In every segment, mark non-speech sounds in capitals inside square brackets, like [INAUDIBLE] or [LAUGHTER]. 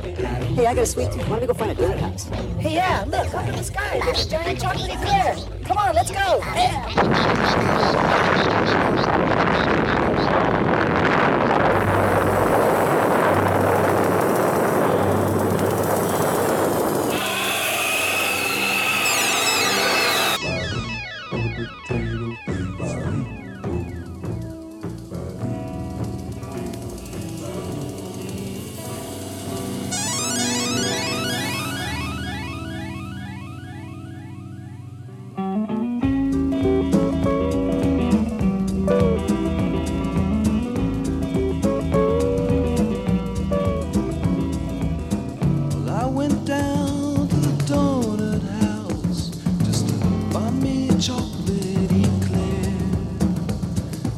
Hey, I got a sweet tooth. Why don't we go find a donut house? Hey, yeah, look, up in the sky. There's giant chocolatey glitter. Come on, let's go. Yeah. Well, I went down to the donut house just to buy me a chocolate eclair.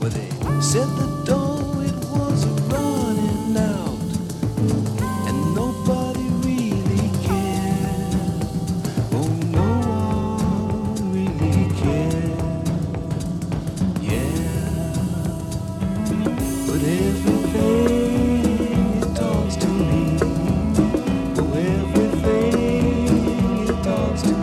Well, they said the dough it was running out, and nobody really cared. Oh, no one really cared. Yeah, but everything it talks to me. Well, everything it talks to me.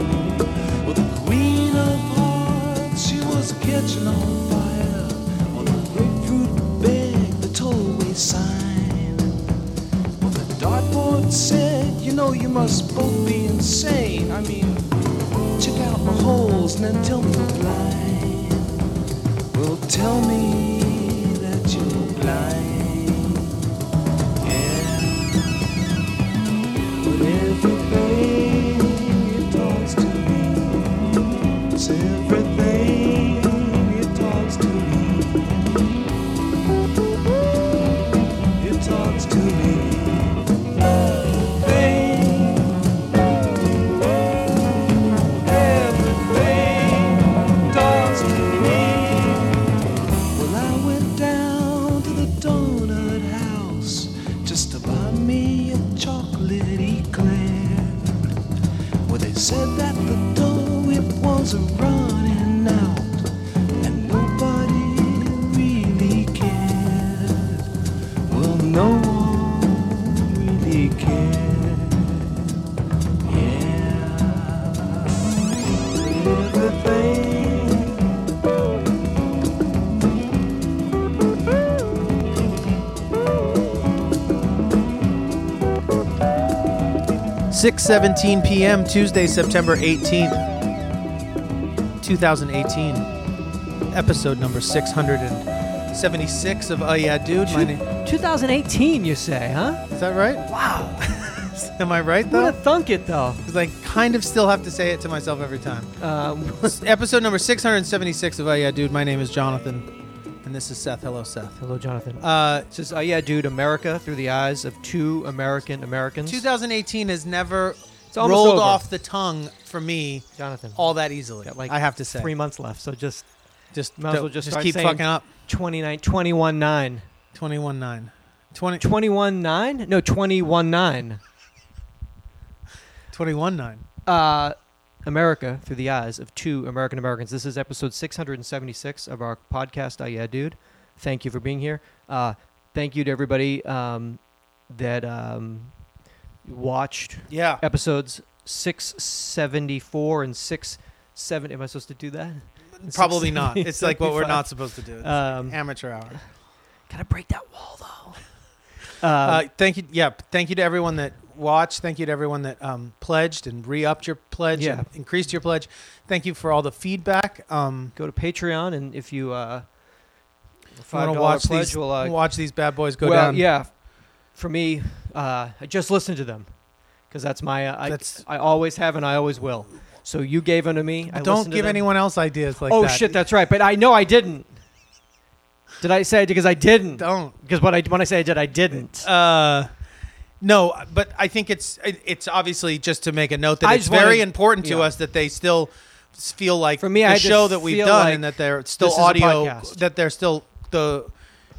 Well, the queen of hearts, she was catching on fire on the grapefruit bed, the tollway sign. Well, the dartboard said, you know, you must both be insane. I mean, check out my holes and then tell me you're blind. Well, tell me that you're blind. Yeah. But everything it talks to me. It's everything it talks to me. It talks to me. Everything. Everything talks to me. Well, I went down to the donut house just to buy me a chocolate eclair. Well, they said that the dough it was a running out, and nobody really cared. Well, no one really cared. Yeah, everything. Six seventeen p.m. Tuesday, September 18th, 2018. Episode number 676 of Oh Yeah Dude. My name, 2018, you say, huh? is that right? Wow. [LAUGHS] Am I right, Would though? have thunk [LAUGHS] it though. Because I kind of still have to say it to myself every time. Um, Episode number 676 of Oh Yeah Dude. My name is Jonathan, and this is Seth. Hello, Seth. hello, Jonathan. Uh, It says, "Oh yeah, dude, America through the eyes of two American Americans." 2018 has never almost rolled over. off the tongue for me Jonathan. all that easily. got like I have to say. three months left, so just just might as well just start keep saying- fucking up. 29, 21 nine, 21 9. 20, 21 nine, no 21 nine. 21 9. Uh, America through the eyes of two American Americans. This is episode 676 of our podcast. Oh yeah, dude. Thank you for being here. Uh, thank you to everybody um, that um, watched Yeah. episodes 674 and 670. Am I supposed to do that? [LAUGHS] Probably not. It's like what we're 675. not supposed to do. It's Um, amateur hour. Gotta break that wall though. Um, [LAUGHS] Uh, thank you. Yeah. Thank you to everyone that watched. Thank you to everyone that um, pledged and re upped your pledge Yeah. and increased your pledge. Thank you for all the feedback. Um, go to Patreon and if you uh, want five to dollar watch, pledge these- will uh, watch these bad boys go well down. yeah. For me, uh, I just listen to them because that's my uh, I, That's- I always have and I always will. So you gave unto me. I Don't listened to give them. anyone else ideas like oh that. shit, that's right. But I know I didn't. Did I say it? Because I didn't. Don't. Because what I when I say I did, I didn't. Uh, no, but I think it's it- it's obviously just to make a note that I it's just wanted- very important to yeah. us that they still s- feel like For me, the I just show that we've feel done like and that they're still this is a audio podcast. that they're still the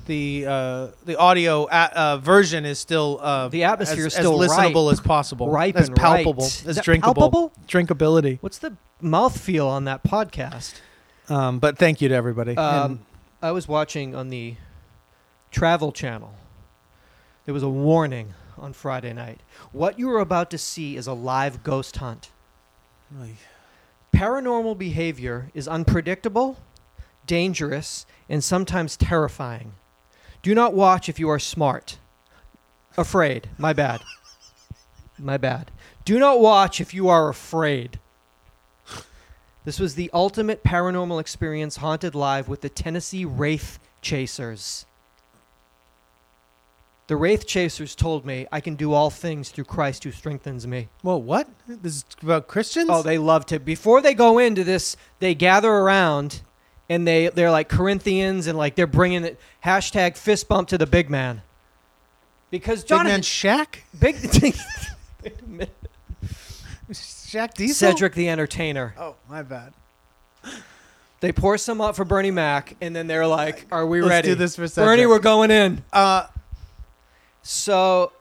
the uh, the audio a uh, version is still uh, The atmosphere as, is still as listenable ripe. as possible, Ripe as and palpable, right. as Is that drinkable, palpable? drinkability. What's the mouthfeel on that podcast? Um, but thank you to everybody. Um, I was watching on the Travel Channel. There was a warning on Friday night. What you are about to see is a live ghost hunt. Like, Paranormal behavior is unpredictable, dangerous, and sometimes terrifying. Do not watch if you are smart. Afraid. My bad. My bad. Do not watch if you are afraid. This was the ultimate paranormal experience haunted live with the Tennessee Wraith Chasers. The Wraith Chasers told me, I can do all things through Christ who strengthens me. well, what? This is about Christians? Oh, they love to. Before they go into this, they gather around and they they're like Corinthians and like they're bringing it hashtag fist bump to the big man. Because Big Jonathan [LAUGHS] man Shaq? [LAUGHS] big, Wait a minute. Shaq Diesel? Cedric the Entertainer. Oh, my bad. They pour some up for Bernie Mac and then they're like, "Are we Let's ready?" do this for Bernie, Cedric. we're going in. Uh, So,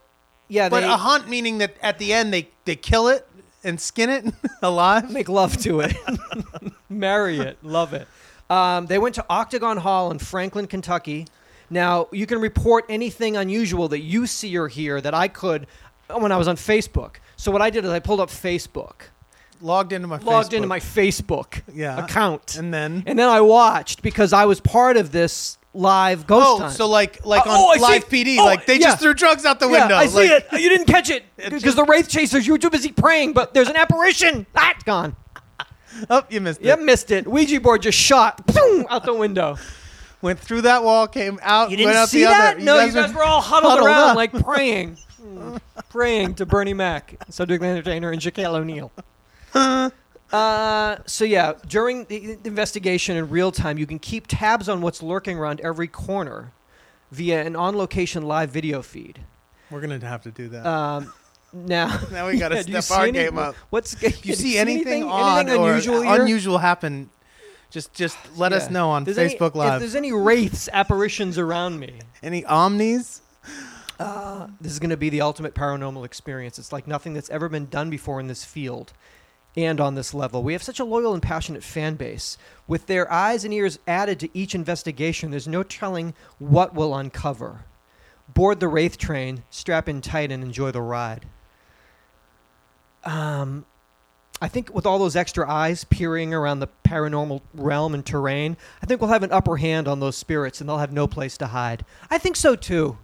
yeah, but they a hunt meaning that at the end they, they kill it and skin it [LAUGHS] alive? make love to it, [LAUGHS] marry it, love it. Um, they went to Octagon Hall in Franklin, Kentucky. Now you can report anything unusual that you see or hear that I could when I was on Facebook. So what I did is I pulled up Facebook, Logged into my logged into Facebook. my Facebook Yeah. account, And then? and then I watched because I was part of this live ghost Oh, hunt. so like like Oh, on oh, I see. live PD, Oh, like they yeah. just threw drugs out the Yeah, window. I see like, it. You didn't [LAUGHS] catch it because just- the wraith chasers. You were too busy praying, but there's an apparition. That's gone. [LAUGHS] Oh, you missed Yep, it. missed it. Ouija board just shot boom, out the window. Went through that wall, came out. You didn't went out see the other. that? no, you guys were all huddled, huddled around up. like praying, [LAUGHS] Mm, praying to Bernie Mac, Cedric the Entertainer, and Shaquille O'Neal. Uh, so yeah, during the the investigation in real time, you can keep tabs on what's lurking around every corner via an on-location live video feed. We're gonna have to do that. Um, now, Now we [LAUGHS] gotta do you step our see any- game up. What's if [LAUGHS] you see anything, odd anything unusual or here? unusual happen, just just let us Yeah. know on There's any- Facebook If Live. there's any wraiths, apparitions around me, Any omnis? this is going to be the ultimate paranormal experience. It's like nothing that's ever been done before in this field and on this level. We have such a loyal and passionate fan base. With their eyes and ears added to each investigation, there's no telling what we'll uncover. Board the Wraith train, strap in tight, and enjoy the ride. Um, I think with all those extra eyes peering around the paranormal realm and terrain, I think we'll have an upper hand on those spirits and they'll have no place to hide. I think so too.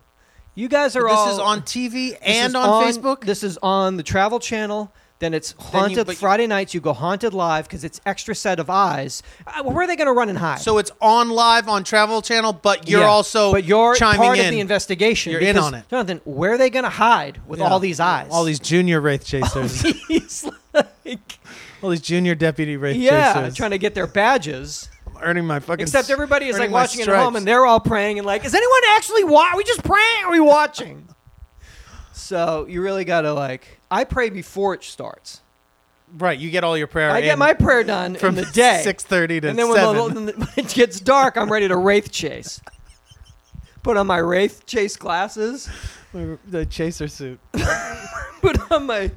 You guys are This all. is on TV This and is on, Facebook. This is on the Travel Channel. Then it's haunted but you- Friday nights. You go haunted live because it's extra set of eyes. Uh, where are they going to run and hide? so it's on live on Travel Channel, but you're Yeah. also but you're chiming part in. of the investigation. You're in because, on it. Jonathan. Where are they going to hide with Yeah. all these eyes? all these junior wraith chasers, [LAUGHS] He's like, all these junior deputy wraith yeah, chasers. trying to get their badges. I'm earning my fucking. Except s- everybody is like earning my watching at home, stripes. and they're all praying and like, is anyone actually watching? Are we just praying? Are we watching? [LAUGHS] so you really got to like. I pray before it starts. right. You get all your prayer. I in get my prayer done from from in the day. six thirty to and then when, seven. the- when the- when it gets dark, I'm ready to wraith chase. Put on my wraith chase glasses. [LAUGHS] My- the chaser suit. Put on my.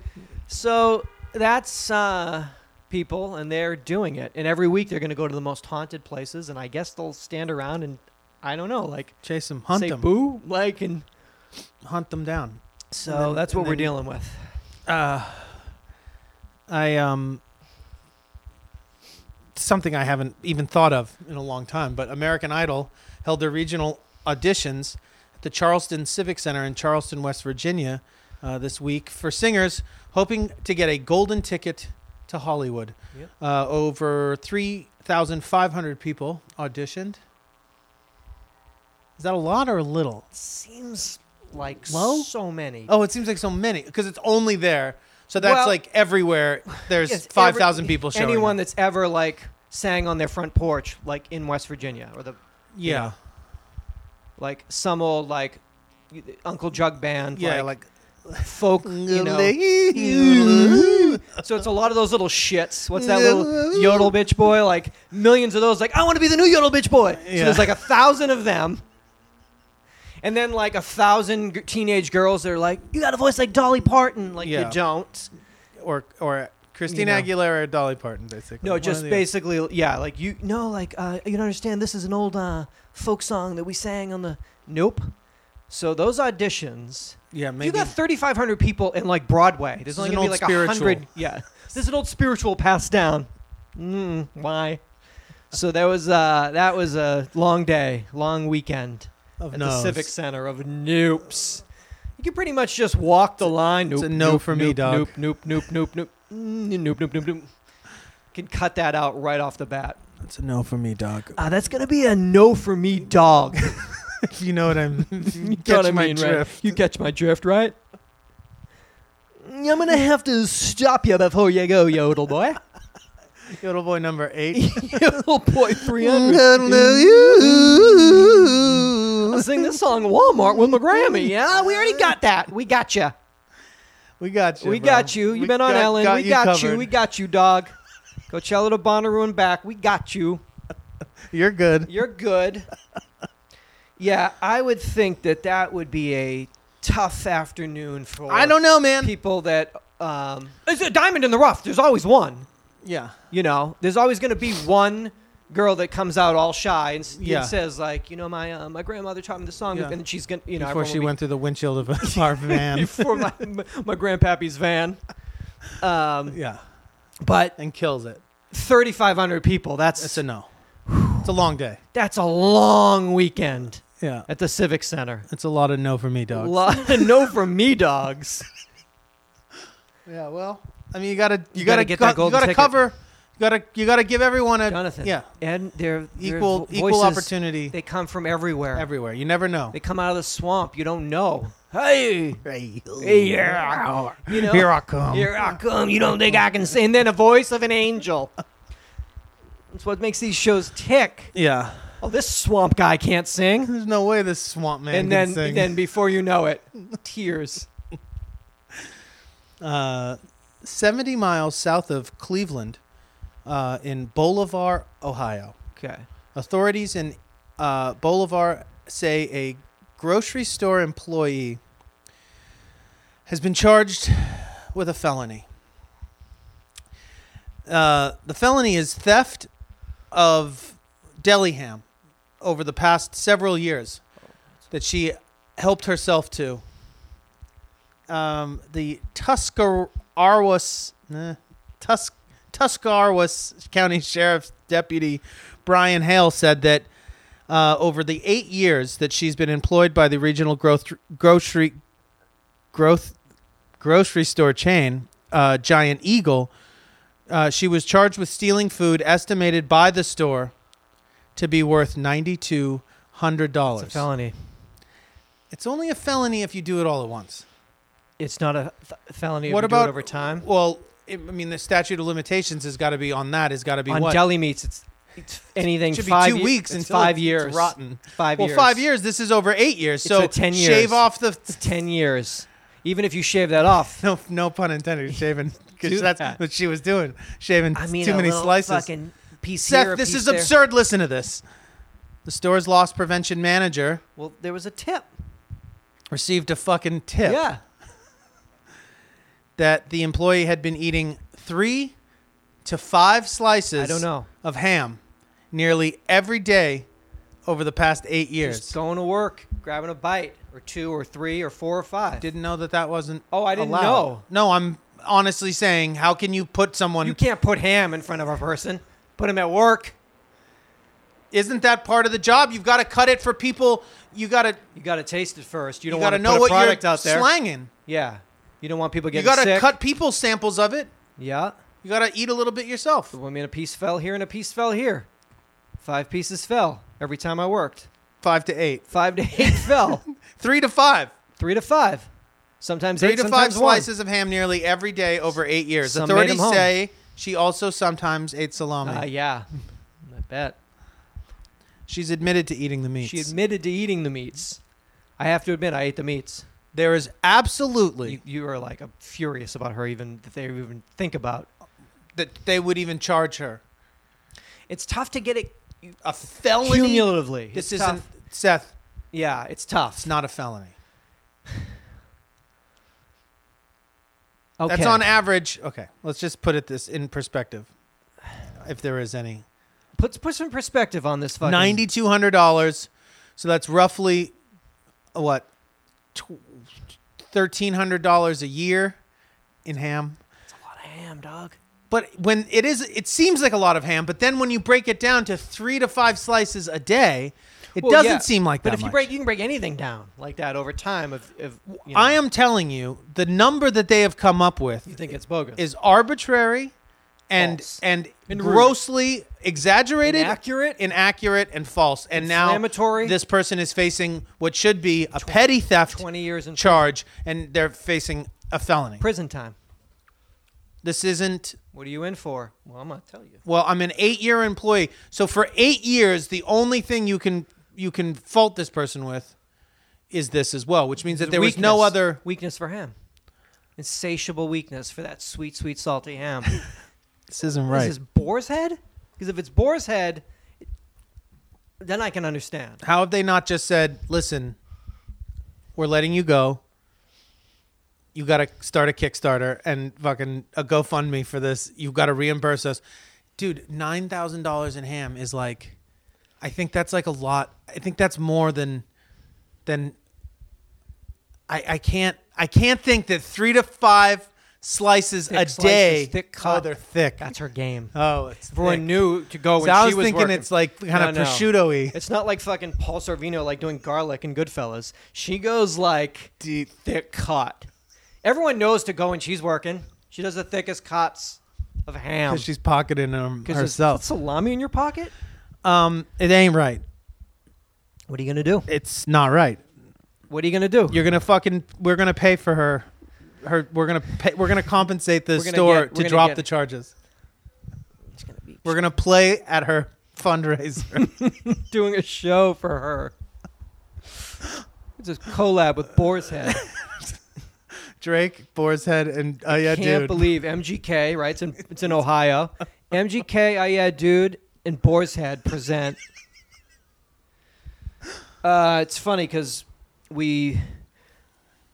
So that's uh, people, and they're doing it. And every week they're going to go to the most haunted places, and I guess they'll stand around and I don't know, like Chase them, hunt say them, boo, like, and hunt them down. so And then- that's what and we're then- dealing with. Uh, I um something I haven't even thought of in a long time, but American Idol held their regional auditions at the Charleston Civic Center in Charleston, West Virginia, uh, this week for singers hoping to get a golden ticket to Hollywood. Yep. Uh, over three thousand five hundred people auditioned. Is that a lot or a little? Seems like Low? so many. Oh, it seems like so many because it's only there. So that's Well- like everywhere. There's [LAUGHS] Yes, every- five thousand people showing. Anyone up. that's ever like sang on their front porch, like in West Virginia, or the yeah, like some old like Uncle Jug band, yeah, like, like, [LAUGHS] folk, you know. So it's a lot of those little shits. What's that little yodel bitch boy? Like millions of those. Like I want to be the new yodel bitch boy. So Yeah. there's like a thousand of them. And then like a thousand g- teenage girls, they're like, "You got a voice like Dolly Parton." Like Yeah. you don't. or or Christina You Aguilera or Dolly Parton, basically. No, One just of the- basically, yeah, like you no, like uh, you don't understand. This is an old uh, folk song that we sang on the. Nope. So those auditions, Yeah, if maybe. you got 3,500 people in like Broadway. There's This only is an gonna be old like a hundred. spiritual. Yeah, this is an old spiritual passed down. Mm, why? So that was uh, that was a long day, long weekend Of at no's. the Civic Center of noops. You can pretty much just walk the line. Nope, a no nope, for me, nope, dog. Nope, nope, nope, nope, nope, Mm, nope, nope, nope, nope. Can cut that out right off the bat. That's a no for me, dog. Uh, that's gonna be a no for me, [LAUGHS] dog. [LAUGHS] If you know what [LAUGHS] I'm. You catch what I my mean, drift. Right? You catch my drift, right? I'm gonna have to stop you before you go, yodel [LAUGHS] boy. Yodel boy number [LAUGHS] eight. yodel boy 300. I'll sing this song at Walmart with my Grammy. Yeah, we already got that. We got you. we got you. we bro. got you. You've We been on got- Ellen. we you got you. covered. We got you, dog. Coachella to Bonnaroo and back. We got you. You're good. You're [LAUGHS] good. yeah, I would think that that would be a tough afternoon for. I don't know, man. people that um, it's a diamond in the rough. There's always one. Yeah. You know, there's always going to be one girl that comes out all shy and, s and Yeah. says like, you know, my uh, my grandmother taught me the song, Yeah. and then she's gonna, you know, Before everyone she will went through the windshield [LAUGHS] of our be- van. before my [LAUGHS] my grandpappy's van. Um, yeah. but And kills it. 3,500 people. That's That's a no. It's a long day. that's a long weekend Yeah. at the Civic Center. It's a lot of no for me, dog. Lot of [LAUGHS] no from me, dogs. Yeah, well, I mean, you gotta you, gotta, gotta get co- that golden you gotta ticket. cover you gotta you gotta give everyone a Jonathan. yeah And their their equal vo- equal voices, opportunity They come from everywhere. everywhere. You never know. They come out of the swamp. You don't know. Hey, Hey, hey, here I come. You know, here I come. Here I come. You don't think I can sing? And then a voice of an angel. That's what makes these shows tick. Yeah, Oh, this swamp guy can't sing. there's no way this swamp man And can then, sing. then before you know [LAUGHS] it, tears. uh, 70 miles south of Cleveland, uh, in Bolivar, Ohio, Okay. authorities in uh, Bolivar say a grocery store employee has been charged with a felony. Uh, the felony is theft of deli ham over the past several years that she helped herself to. Um, the Tuscarawas, eh, Tus- Tuscarawas County Sheriff's Deputy Brian Hale said that uh, over the eight years that she's been employed by the regional growth grocery growth grocery store chain, uh, Giant Eagle, uh, she was charged with stealing food estimated by the store to be worth ninety two hundred It's a dollars. felony. It's only a felony if you do it all at once. It's not a th- felony. if What you do it about- over time? Well, it, I mean, the statute of limitations has got to be on that. Has got to be On what? deli meats, it's, it's anything should be five two ye- weeks it's until five it's years. rotten. Five well, years. five years. This is over eight years. It's so a 10 years. shave off the Ten years. Even if you shave that off, [LAUGHS] no, no pun [LAUGHS] intended. Shaving Do because that's that. what she was doing. Shaving I mean, too a many little slices. Fucking piece here, a Seth, this piece is there. absurd. Listen to this. The store's loss prevention manager Well, there was a tip. received a fucking tip Yeah. that the employee had been eating three to five slices I don't know. of ham nearly every day over the past eight years. Just going to work, grabbing a bite or two or three or four or five. Didn't know that that wasn't. Oh, I didn't allowed. know. No, I'm honestly saying, how can you put someone? you can't put ham in front of a person. Put him at work. isn't that part of the job? You've got to cut it for people. You got to. You got to taste it first. You You don't got want to to know put a what product you're out there. slanging. Yeah. You don't want people You getting got to sick. cut people samples of it. Yeah. You got to eat a little bit yourself. Well, I mean, a piece fell here and a piece fell here. Five pieces fell every time I worked. Five to eight, Five to eight [LAUGHS] fell. three to five, Three to five. Sometimes three eight, to five sometimes one. slices of ham nearly every day over eight years. Some made 'em Authorities home. say she also sometimes ate salami. Uh, yeah. I bet. She's admitted to eating the meats. She admitted to eating the meats. I have to admit, I ate the meats. there is absolutely You, you were like furious about her, even that they even think about. that they would even charge her It's tough to get it a felony. cumulatively. This It's isn't tough. Seth. Yeah, it's tough. It's not a felony. okay. That's on average. Okay, let's just put it this in perspective, if there is any. Put put some perspective on this fucking. Ninety two hundred dollars. So that's roughly uh, what thirteen hundred dollars a year in ham. A lot of ham, dog. But when it is, it seems like a lot of ham. But then when you break it down to three to five slices a day, it doesn't seem like But that if you much. break, you can break anything down like that over time. Of, of you know, I am telling you, the number that they have come up with You think it's bogus? is arbitrary and False. and And rude. grossly exaggerated, Inaccurate. inaccurate, and false. And now Inflammatory. this person is facing what should be a petty theft 20 years in charge, and they're facing a felony. prison time? This isn't. What are you in for? Well, I'm gonna tell you. Well, I'm an eight-year employee, so for eight years, the only thing you can you can fault this person with is this as well, which means that there was no Weakness. other. weakness for ham. Insatiable weakness for that sweet, sweet, [LAUGHS] salty ham. This isn't right. This is boar's head? Because if it's boar's head, then I can understand. How have they not just said, listen, we're letting you go. You got to start a Kickstarter and fucking a GoFundMe for this. You've got to reimburse us. Dude, $9,000 in ham is like, I think that's like a lot. I think that's more than, than, I, I can't, I can't think that three to five slices a slices, day. thick oh, cut. they're thick. That's her game. oh, it's Everyone thick. knew to go. So When I she was thinking working. it's like kinda prosciutto-y. It's not like fucking Paul Sorvino like doing garlic in Goodfellas. She goes like Deep. thick cut. Everyone knows to go when she's working. She does the thickest cuts of ham. She's pocketing them 'Cause there's- herself. salami in your pocket. Um, it ain't right. What are you gonna do? It's not right. What are you gonna do? You're gonna fucking. We're gonna pay for her. Her. We're gonna pay. We're gonna compensate the We're gonna store get- we're to gonna drop get- the charges. It's gonna be We're gonna play at her [LAUGHS] fundraiser. doing a show for her. It's a collab with Boar's Head. Drake, Boar's Head, and uh, [LAUGHS] yeah, Can't dude. believe MGK, right? It's in it's in Ohio. MGK, I oh, yeah, dude, and Boar's Head present. Uh, it's funny because we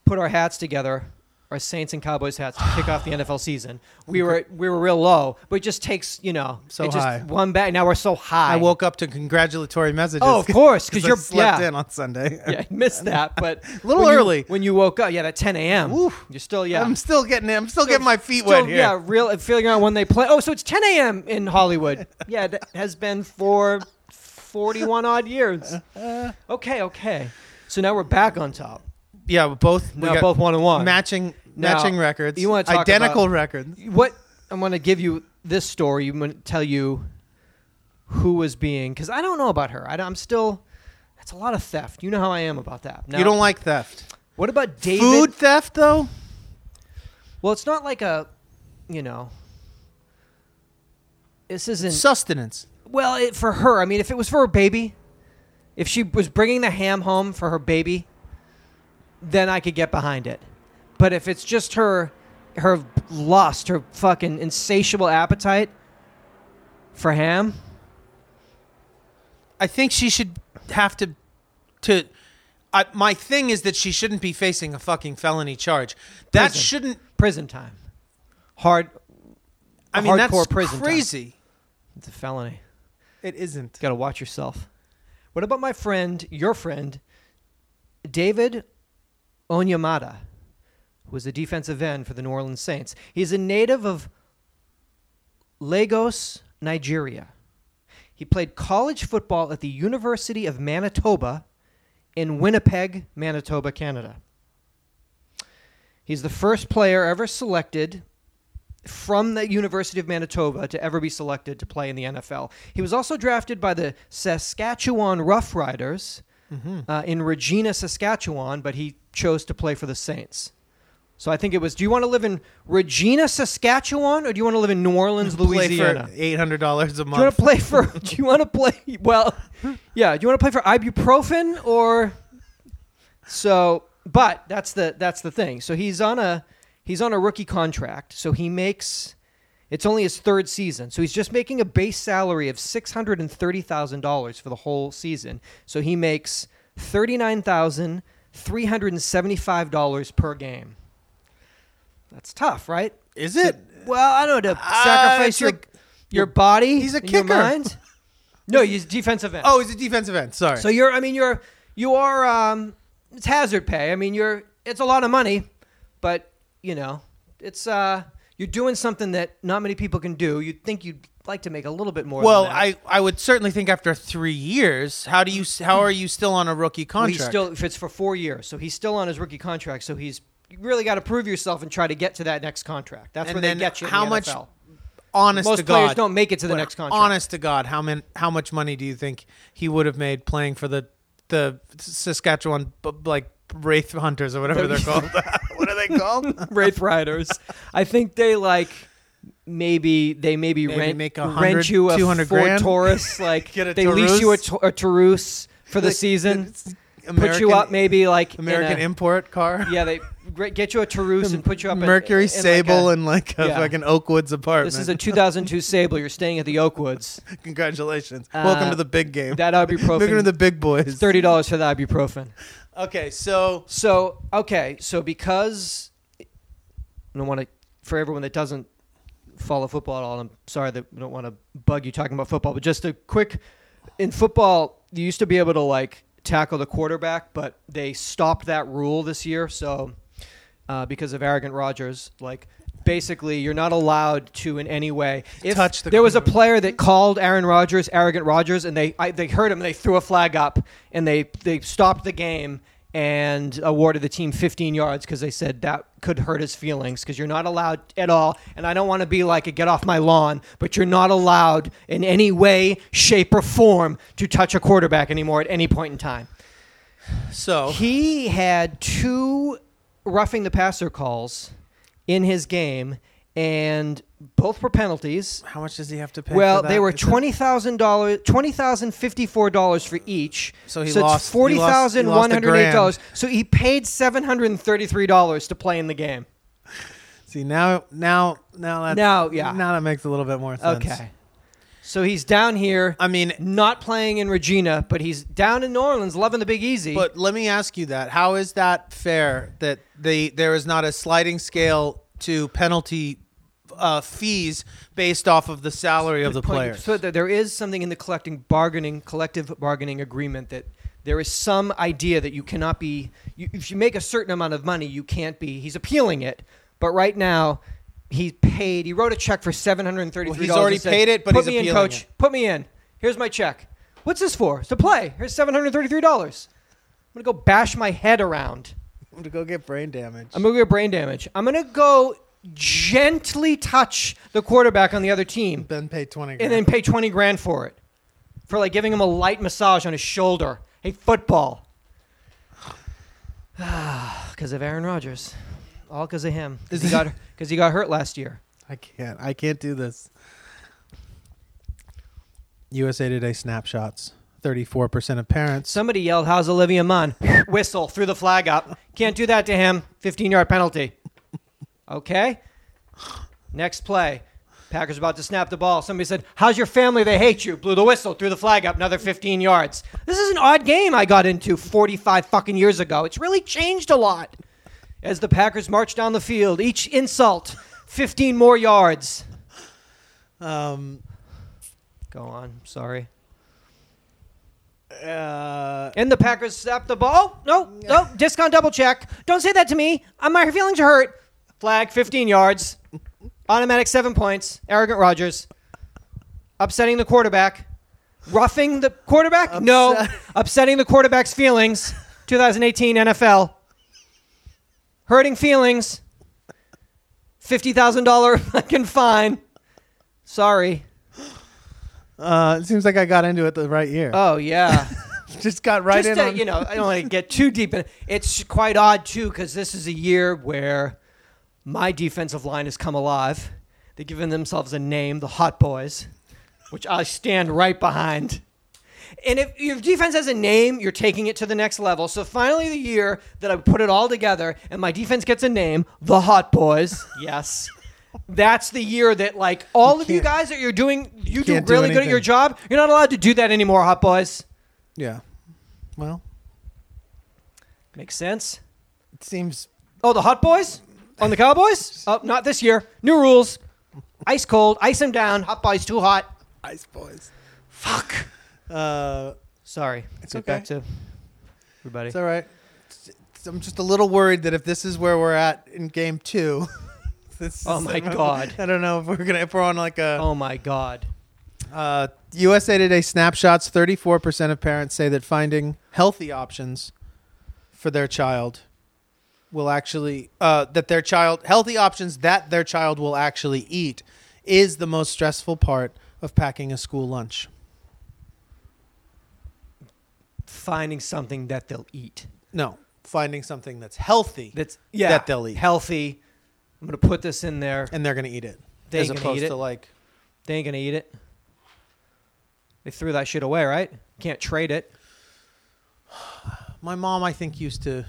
put our hats together, our Saints and Cowboys hats to kick off the NFL season. We were we were real low, but it just takes you know So it just high. one back. Now we're so high. I woke up to congratulatory messages. Oh, of course, 'cause I you're- slept yeah. in on Sunday. [LAUGHS] [LAUGHS] yeah, I missed that, but a Little when you- early. when you woke up. Yeah, at 10 a.m. Oof. You're still yeah. I'm still getting. it. I'm still, getting my feet Still, wet here. Yeah, real figuring out when they play. Oh, so it's 10 a.m. in Hollywood. [LAUGHS] Yeah, that has been for 41 odd [LAUGHS] years. Okay, okay. So now we're back on top. yeah. We're both. Now got both one and one. Matching. Now, matching records. you wanna talk identical about- records? What I'm going to give you this story. I'm going to tell you who was being because I don't know about her. I, am still. That's a lot of theft. You know how I am about that. Now, You don't like theft. What about David? Food theft, though. Well, it's not like a, you know. This isn't. Sustenance. Well, it, for her, I mean, if it was for her baby, if she was bringing the ham home for her baby, then I could get behind it. But if it's just her, her lust, her fucking insatiable appetite for ham, I think she should have to to I, my thing is that she shouldn't be facing a fucking felony charge. That Prison. shouldn't prison time, hard. I mean that's Hardcore prison time. crazy. It's a felony. It isn't. Got to watch yourself. What about my friend, your friend, David Onyemata, who is a defensive end for the New Orleans Saints? He's a native of Lagos, Nigeria. He played college football at the University of Manitoba in Winnipeg, Manitoba, Canada. He's the first player ever selected from the University of Manitoba to ever be selected to play in the NFL. He was also drafted by the Saskatchewan Rough Riders Mm-hmm. uh, in Regina, Saskatchewan, but he chose to play for the Saints. So I think it was. Do you want to live in Regina, Saskatchewan, or do you want to live in New Orleans, Louisiana? Play for eight hundred dollars a Do you want month. to play for? [LAUGHS] Do you want to play? Well, yeah. Do you want to play for ibuprofen or? So, but that's the that's the thing. So he's on a he's on a rookie contract. So he makes it's only his third season. So he's just making a base salary of six hundred and thirty thousand dollars for the whole season. So he makes thirty nine thousand three hundred and seventy five dollars per game. That's tough, right? Is it? Well, I don't know to Uh, sacrifice it's your like- your body. He's a and your kicker. mind? [LAUGHS] Oh, No, he's defensive end. Oh, it's a defensive end. Sorry. so you're. I mean, you're. You are. Um, it's hazard pay. I mean, you're it's a lot of money, but you know, it's uh, you're doing something that not many people can do. You'd think you'd like to make a little bit more. Well, than that. I, I would certainly think after three years, how do you s- how are you still on a rookie Well, contract? He's still if it's for four years, so he's still on his rookie contract. So he's you really got to prove yourself and try to get to that next contract. That's And where they then get you. in how the much- NFL. honest most to players God, don't make it to the next contract. Honest to God, how man, how much money do you think he would have made playing for the the Saskatchewan b- like Wraith Hunters or whatever they're called? [LAUGHS] what are they called? Wraith Riders. I think they like maybe they maybe, Maybe rent make a rent hundred, you a 200 Ford grand. [LAUGHS] Taurus. Like Get a they lease you a, Taurus. Tau- a Taurus for the Like, season. it's [LAUGHS] put you up maybe like in American a- import car. yeah, they gr- get you a Taurus and put you up in- Mercury in like Sable a- and like a yeah. fucking Oakwoods apartment. this is a 2002 Sable. You're staying at the Oakwoods. [LAUGHS] Congratulations. Uh, Welcome to the big game. [LAUGHS] That ibuprofen. Welcome to the big boys. Thirty dollars for the ibuprofen. Okay, so So okay, so because I don't want to for everyone that doesn't follow football at all. and I'm sorry that we don't want to bug you talking about football, but just a quick in football, you used to be able to like tackle the quarterback, but they stopped that rule this year. So uh, because of arrogant Rogers, like basically you're not allowed to in any way. If Touch the there was a quarterback. player that called Aaron Rodgers arrogant Rodgers, and they I, they heard him, and they threw a flag up, and they they stopped the game. And awarded the team 15 yards because they said that could hurt his feelings because you're not allowed at all. And I don't want to be like a get off my lawn, but you're not allowed in any way, shape, or form to touch a quarterback anymore at any point in time. so He had two roughing the passer calls in his game, and both were penalties. how much does he have to pay? Well, for they that? were Is it- twenty thousand dollars, twenty thousand fifty-four dollars for each. So he so lost- he lost- it's forty he lost a thousand one hundred eight grand. dollars. So he paid seven hundred and thirty-three dollars to play in the game. See now, now, now that's Now, yeah. now that makes a little bit more sense. Okay, so he's down here. I mean, not playing in Regina, but he's down in New Orleans, loving the Big Easy. but let me ask you that: How is that fair? That the there is not a sliding scale to penalty uh, fees based off of the salary of the point. players. So th- there is something in the collecting bargaining, collective bargaining agreement that there is some idea that you cannot be. You, if you make a certain amount of money, you can't be. He's appealing it, but right now. He paid. He wrote a check for seven hundred and thirty-three. Well, he's already paid it, but put he's me in, appealing coach. it." Put me in. Here's my check. What's this for? It's to play. Here's seven hundred thirty-three dollars. I'm gonna go bash my head around. I'm gonna go get brain damage. I'm gonna get brain damage. I'm gonna go gently touch the quarterback on the other team then pay twenty. and Grand. then pay 20 grand for it for like giving him a light massage on his shoulder hey football [SIGHS] because of aaron rodgers all because of him because [LAUGHS] he, got- 'cause he got hurt last year I can't. I can't do this. USA Today snapshots: thirty-four percent of parents. somebody yelled how's olivia munn [LAUGHS] whistle threw the flag up can't do that to him 15 yard penalty okay next play packers about to snap the ball somebody said how's your family they hate you blew the whistle threw the flag up another 15 yards this is an odd game i got into 45 fucking years ago it's really changed a lot as the packers march down the field each insult 15 more yards Um, go on sorry uh, And the Packers snap the ball. No, no, discount double check. Don't say that to me. Uh, My feelings are hurt. Flag, 15 yards. Automatic seven points. Arrogant Rogers. Upsetting the quarterback. Roughing the quarterback? No. Upsetting the quarterback's feelings. 2018 NFL. Hurting feelings. $50,000 [LAUGHS] fucking fine. Sorry. uh, it seems like I got into it the right year. Oh, yeah. [LAUGHS] Just got right just in. to, on- you know, I [LAUGHS] don't want to get too deep in. It's quite odd too because this is a year where my defensive line has come alive. They've given themselves a name, the Hot Boys, which I stand right behind. And if your defense has a name, you're taking it to the next level. So finally, the year that I put it all together and my defense gets a name, the Hot Boys. Yes. That's the year that, like, all of you can't- guys that you're doing, you, do can't do really good at your anything. job. You're not allowed to do that anymore, Hot Boys. yeah. Well, Makes sense. it seems Oh, the Hot Boys on the Cowboys? Oh, not this year. New rules. Ice cold. Ice them down. Hot Boys too hot. Ice Boys. Fuck. Uh, Sorry. It's Get okay. Back to everybody. it's all right. I'm just a little worried that if this is where we're at in game two, [LAUGHS] this Oh is- my God. [LAUGHS] I don't know if we're gonna if we're on like a Oh my God. Oh. Uh, USA Today snapshots 34% of parents say that finding healthy options for their child will actually, uh, that their child, healthy options that their child will actually eat is the most stressful part of packing a school lunch. Finding something that they'll eat. No, finding something that's healthy That's yeah. that they'll eat. Healthy. I'm gonna put this in there. and they're going to eat it. They as ain't gonna opposed eat it. to like, They ain't gonna eat it. They threw that shit away, right? Can't trade it. my mom, I think, used to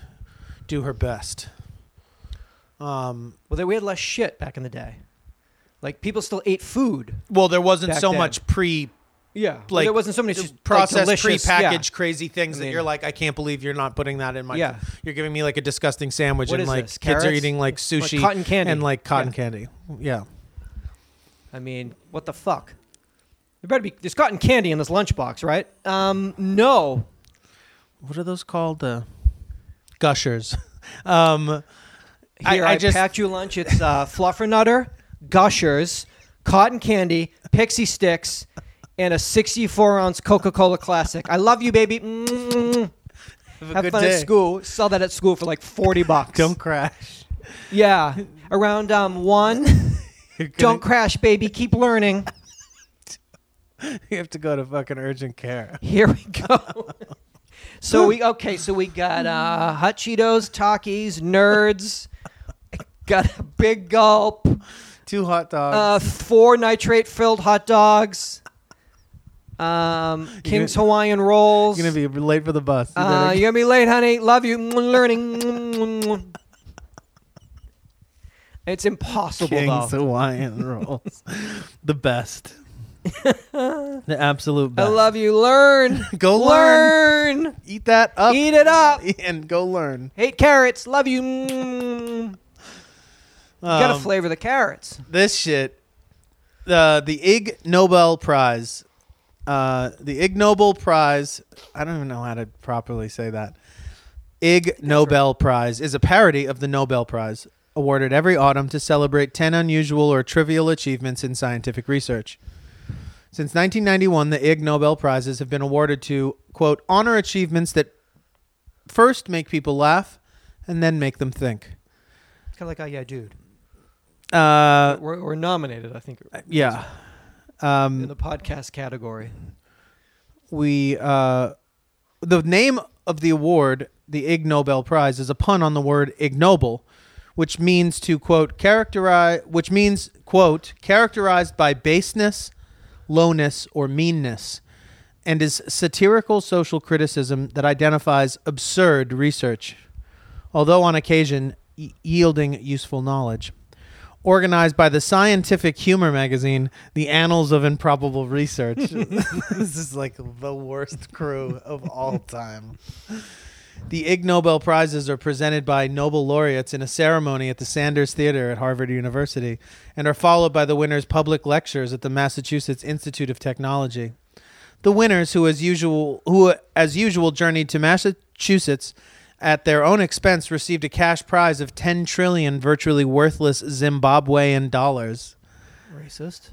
do her best. Um, Well, they, we had less shit back in the day. Like people still ate food. well, there wasn't Back so then. much pre Yeah, like like there wasn't so many d- s- like, processed, delicious- yeah. prepackaged, crazy things I that mean- you're like, I can't believe you're not putting that in my. Yeah. You're giving me like a disgusting sandwich, What and is like this, kids are carrots? eating like sushi, cotton candy. and like cotton Yeah. candy. Yeah, I mean, what the fuck? There better be. There's cotton candy in this lunchbox, right? Um, no. what are those called? Uh, gushers. [LAUGHS] um, I- Here, I I, just- packed you lunch. It's uh, fluffernutter, gushers, cotton candy, pixie sticks, and a 64 ounce Coca Cola Classic. I love you, baby. Mm. have a Have good fun day. at school. Sell that at school for like 40 bucks. Don't crash. Yeah, around um one. [LAUGHS] You're [LAUGHS] gonna- Don't crash, baby. Keep learning. [LAUGHS] You have to go to fucking urgent care. Here we [LAUGHS] go. so we okay. So we got uh, hot Cheetos, Takis, Nerds. Got a big gulp. Two hot dogs. Uh, four nitrate-filled hot dogs. Um, King's Hawaiian rolls. you're gonna be late for the bus. You Uh, better- you're gonna be late, honey. Love you. Learning. It's impossible, King's though. Hawaiian [LAUGHS] rolls, the [LAUGHS] best, the absolute I best. love you. Learn. [LAUGHS] Go learn. Learn. Eat that up. Eat it up. [LAUGHS] and go learn. Hate carrots. Love you. Mm. You gotta Um, flavor the carrots. this shit. The the Ig Nobel Prize, uh, the Ig Nobel Prize. I don't even know how to properly say that. Ig Nobel Prize is a parody of the Nobel Prize awarded every autumn to celebrate 10 unusual or trivial achievements in scientific research. Since 1991, the Ig Nobel Prizes have been awarded to, quote, honor achievements that first make people laugh and then make them think. It's kind of like, oh yeah, dude. Uh, We're, we're nominated, I think, yeah. Um, in the podcast category. we uh, the name of the award, the Ig Nobel Prize, is a pun on the word ignoble, which means to quote characterize, which means quote characterized by baseness, lowness, or meanness, and is satirical social criticism that identifies absurd research, although on occasion y- yielding useful knowledge. Organized by the scientific humor magazine, The Annals of Improbable Research. this is like the worst crew of all time. The Ig Nobel Prizes are presented by Nobel laureates in a ceremony at the Sanders Theater at Harvard University and are followed by the winners' public lectures at the Massachusetts Institute of Technology. The winners, who as usual, who as usual journeyed to Massachusetts at their own expense, received a cash prize of 10 trillion virtually worthless Zimbabwean dollars. Racist.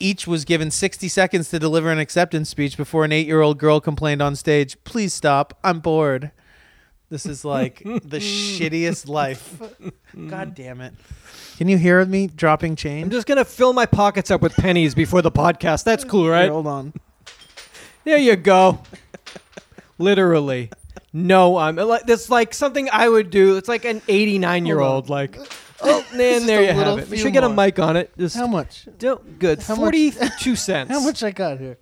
Each was given 60 seconds to deliver an acceptance speech before an eight year old girl complained on stage, Please stop, I'm bored. This is [LAUGHS] like the shittiest [LAUGHS] life. God damn it. Can you hear me dropping I'm change? just gonna fill my pockets up with pennies before the podcast. That's cool, Here, right? hold on. There [LAUGHS] you go. Literally. No, I'm uh, like that's like something I would do. It's like an 89 year old. Like, [LAUGHS] oh man, there a you have little it. We few should get a more. mic on it. Just How much? don't good. How much- Forty-two cents. How much I got here?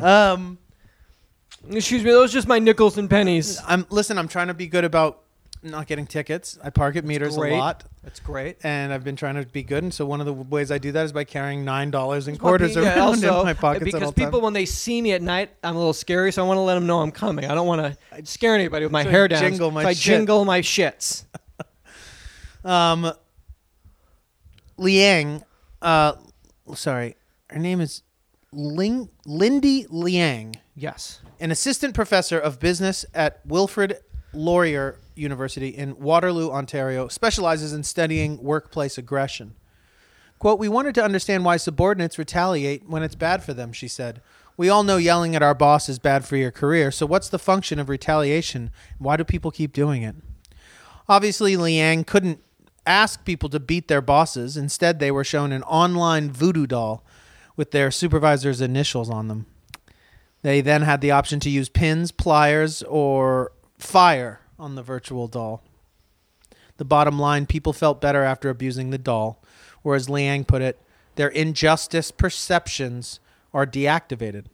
Um, Excuse me. Those are just my nickels and pennies. I'm listen. I'm trying to be good about not getting tickets. I park at meters a great. lot, That's great. and I've been trying to be good. And so one of the ways I do that is by carrying nine dollars in Well, quarters be- yeah, around E also, in my pockets Because at all people, times. when they see me at night, I'm a little scary, so I want to let them know I'm coming. I don't want to scare anybody with my So I hair down. jingle my so I shit. jingle my [LAUGHS] shits. Um, Liang, uh, sorry, her name is Ling Lindy Liang, Yes. an assistant professor of business at Wilfrid Laurier University in Waterloo, Ontario, specializes in studying workplace aggression. Quote, We wanted to understand why subordinates retaliate when it's bad for them, she said. We all know yelling at our boss is bad for your career, so what's the function of retaliation? Why do people keep doing it? Obviously, Liang couldn't ask people to beat their bosses. Instead, they were shown an online voodoo doll with their supervisor's initials on them. They then had the option to use pins, pliers, or fire on the virtual doll. The bottom line people felt better after abusing the doll, or as Liang put it, their injustice perceptions are deactivated.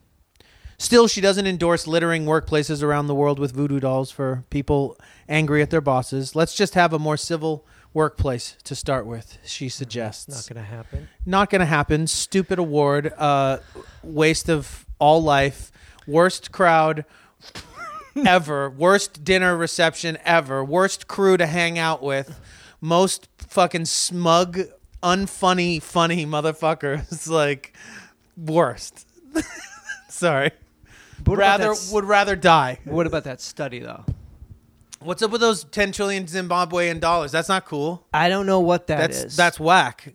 Still, she doesn't endorse littering workplaces around the world with voodoo dolls for people angry at their bosses. Let's just have a more civil workplace to start with, she suggests Not gonna happen. not going to happen. Stupid award. Uh, waste of all life. Worst [LAUGHS] crowd ever. Worst dinner reception ever. Worst crew to hang out with. Most fucking smug, unfunny, funny motherfuckers. [LAUGHS] like worst. [LAUGHS] Sorry. What about rather that s- would rather die. What about that study though? What's up with those ten trillion Zimbabwean dollars? That's not cool. I don't know what that That's is. that's whack.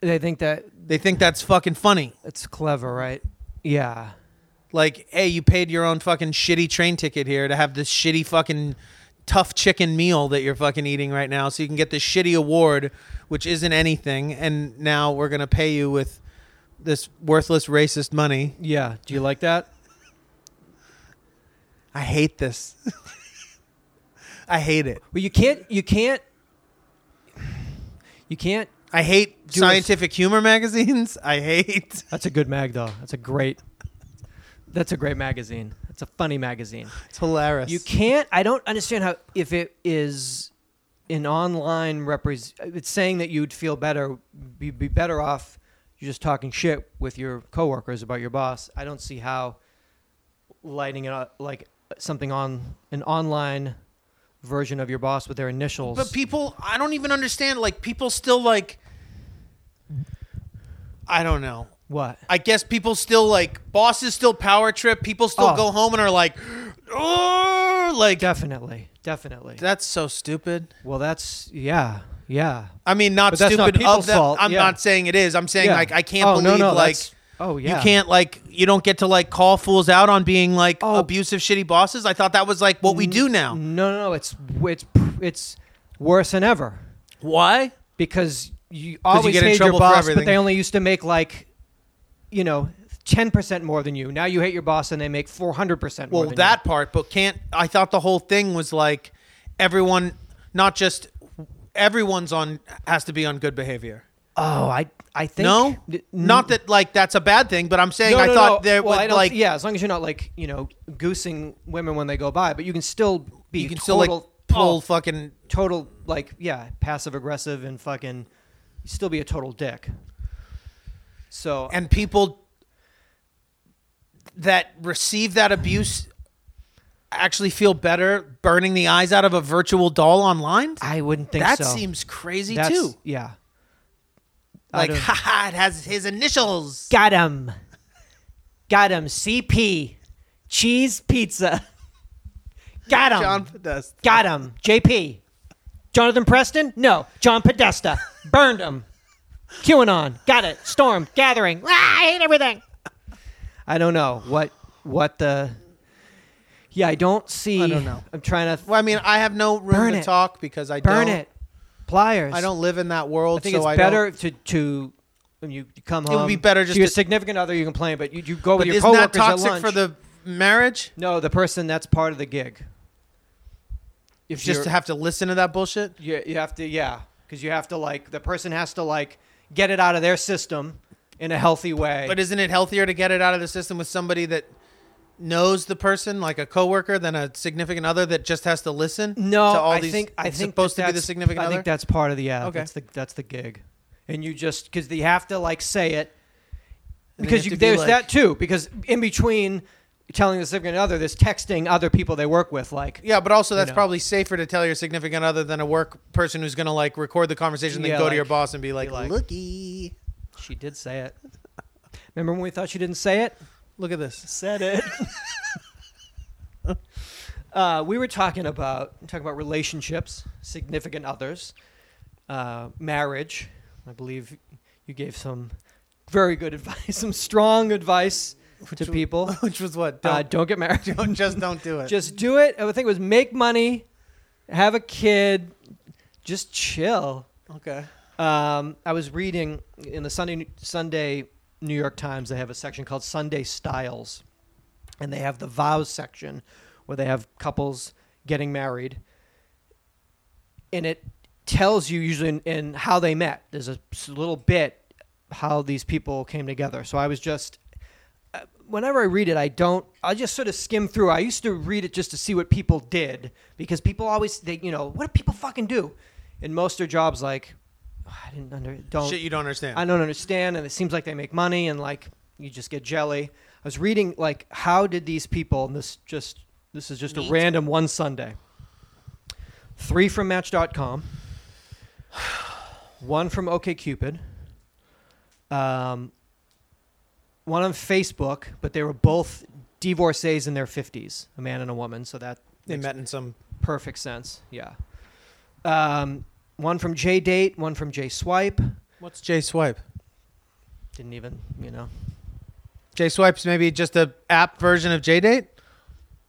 they think that They think that's fucking funny. it's clever, right? Yeah. like hey you paid your own fucking shitty train ticket here to have this shitty fucking tough chicken meal that you're fucking eating right now so you can get this shitty award which isn't anything and now we're going to pay you with this worthless racist money Yeah. Do you like that? i hate this [LAUGHS] i hate it Well, you can't. You can't. You can't. i hate Do scientific humor magazines [LAUGHS] i hate That's a good mag, though. That's a great. That's a great magazine. It's a funny magazine. it's hilarious You can't. I don't understand how if it is an online repres It's saying that you'd feel better, be, be better off. You're just talking shit with your coworkers about your boss. I don't see how lighting it up like something on an online version of your boss with their initials. But people, I don't even understand. Like people still like, I don't know. what? I guess people still like bosses still power trip. People still Oh. go home and are like, oh, like Definitely, definitely. that's so stupid. Well, that's yeah, yeah. I mean, not But that's stupid not of people's them. fault, I'm yeah. not saying it is. I'm saying Yeah. like I can't Oh, no, believe no, like that's- oh, yeah. you can't like you don't get to like call fools out on being like Oh. Mm. abusive shitty bosses. I thought that was like what we do now. No, no, no. It's it's it's worse than ever Why? because you always get in hate trouble your for boss, but everything. they only used to make like, you know, ten percent more than you. Now you hate your boss and they make four hundred percent. Well, more than that part, but can't I thought the whole thing was like everyone, not just everyone's on has to be on good behavior. you. Oh, I I think no, N- not that like that's a bad thing, but I'm saying No, I no, thought no. there well, I was don't- like yeah, as long as you're not like you know goosing women when they go by, but you can still be you can still total, like pull oh, fucking total like yeah passive aggressive and fucking still be a total dick so and people that receive that abuse actually feel better burning the eyes out of a virtual doll online. i wouldn't think that so seems crazy That's- too. yeah I Like, [LAUGHS] don't- haha, it has his initials. got him got him cp cheese pizza [LAUGHS] got him John Podesta. got him jp jonathan preston no john podesta burned him qanon got it storm gathering ah, i hate everything i don't know what what the yeah i don't see I don't know. i'm trying to Well, I mean, I have no room Burn to it. talk because I burn don't, it pliers I don't live in that world. I think so it's I better Don't, to to when you come would home. be better just to your to- significant other. You can play, but you, you go but with your isn't coworkers that toxic at lunch. for the marriage? no the person that's part of the gig. If Just you're- to have to listen to that bullshit. you, you have to yeah because you have to like the person has to like get it out of their system in a healthy way. But isn't it healthier to get it out of the system with somebody that knows the person, like a coworker, than a significant other that just has to listen? no, to all I these, think I it's think supposed that to be the that's- significant I other. think that's part of the yeah. Okay. That's the that's the gig, and you just because you have to like say it And then because you you, have to be there's like- that too because in between telling the significant other there's texting other people they work with like yeah, but also that's know. probably safer to tell your significant other than a work person who's gonna like record the conversation, then Yeah, go to like- your boss and be like, like- "Looky, She did say it. [LAUGHS] Remember when we thought she didn't say it? look at this." Said it. [LAUGHS] Uh, we were talking about talking about relationships, significant others, uh, marriage. I believe you gave some very good advice, [LAUGHS] some strong advice to w- [LAUGHS] people. [LAUGHS] Which was what? uh, Don't, [LAUGHS] don't get married. [LAUGHS] don't- just don't do it. Just do it. I think it was make money, have a kid, just chill. okay. Um, I was reading in the Sunday Sunday New York Times. They have a section called Sunday Styles, and they have the vows section where they have couples getting married, and it tells you usually in, in how they met. There's a s- little bit how these people came together. So I was just uh, whenever I read it, I don't. I just sort of skim through. I used to read it just to see what people did because people always they you know what do people fucking do, and most are jobs like "Oh, I didn't under don't Shit you don't understand. I don't understand, and it seems like they make money and like you just get jelly. I was reading like how did these people and this just this is just a random one Sunday. Three from Match.com, [SIGHS] one from OKCupid, um, one on Facebook, but they were both divorcees in their fifties, a man and a woman, so that they makes met in some. perfect sense. Yeah. Um, one from J Date, one from J Swipe. What's J Swipe? Didn't even, you know. J Swipe's maybe just a app version of J Date.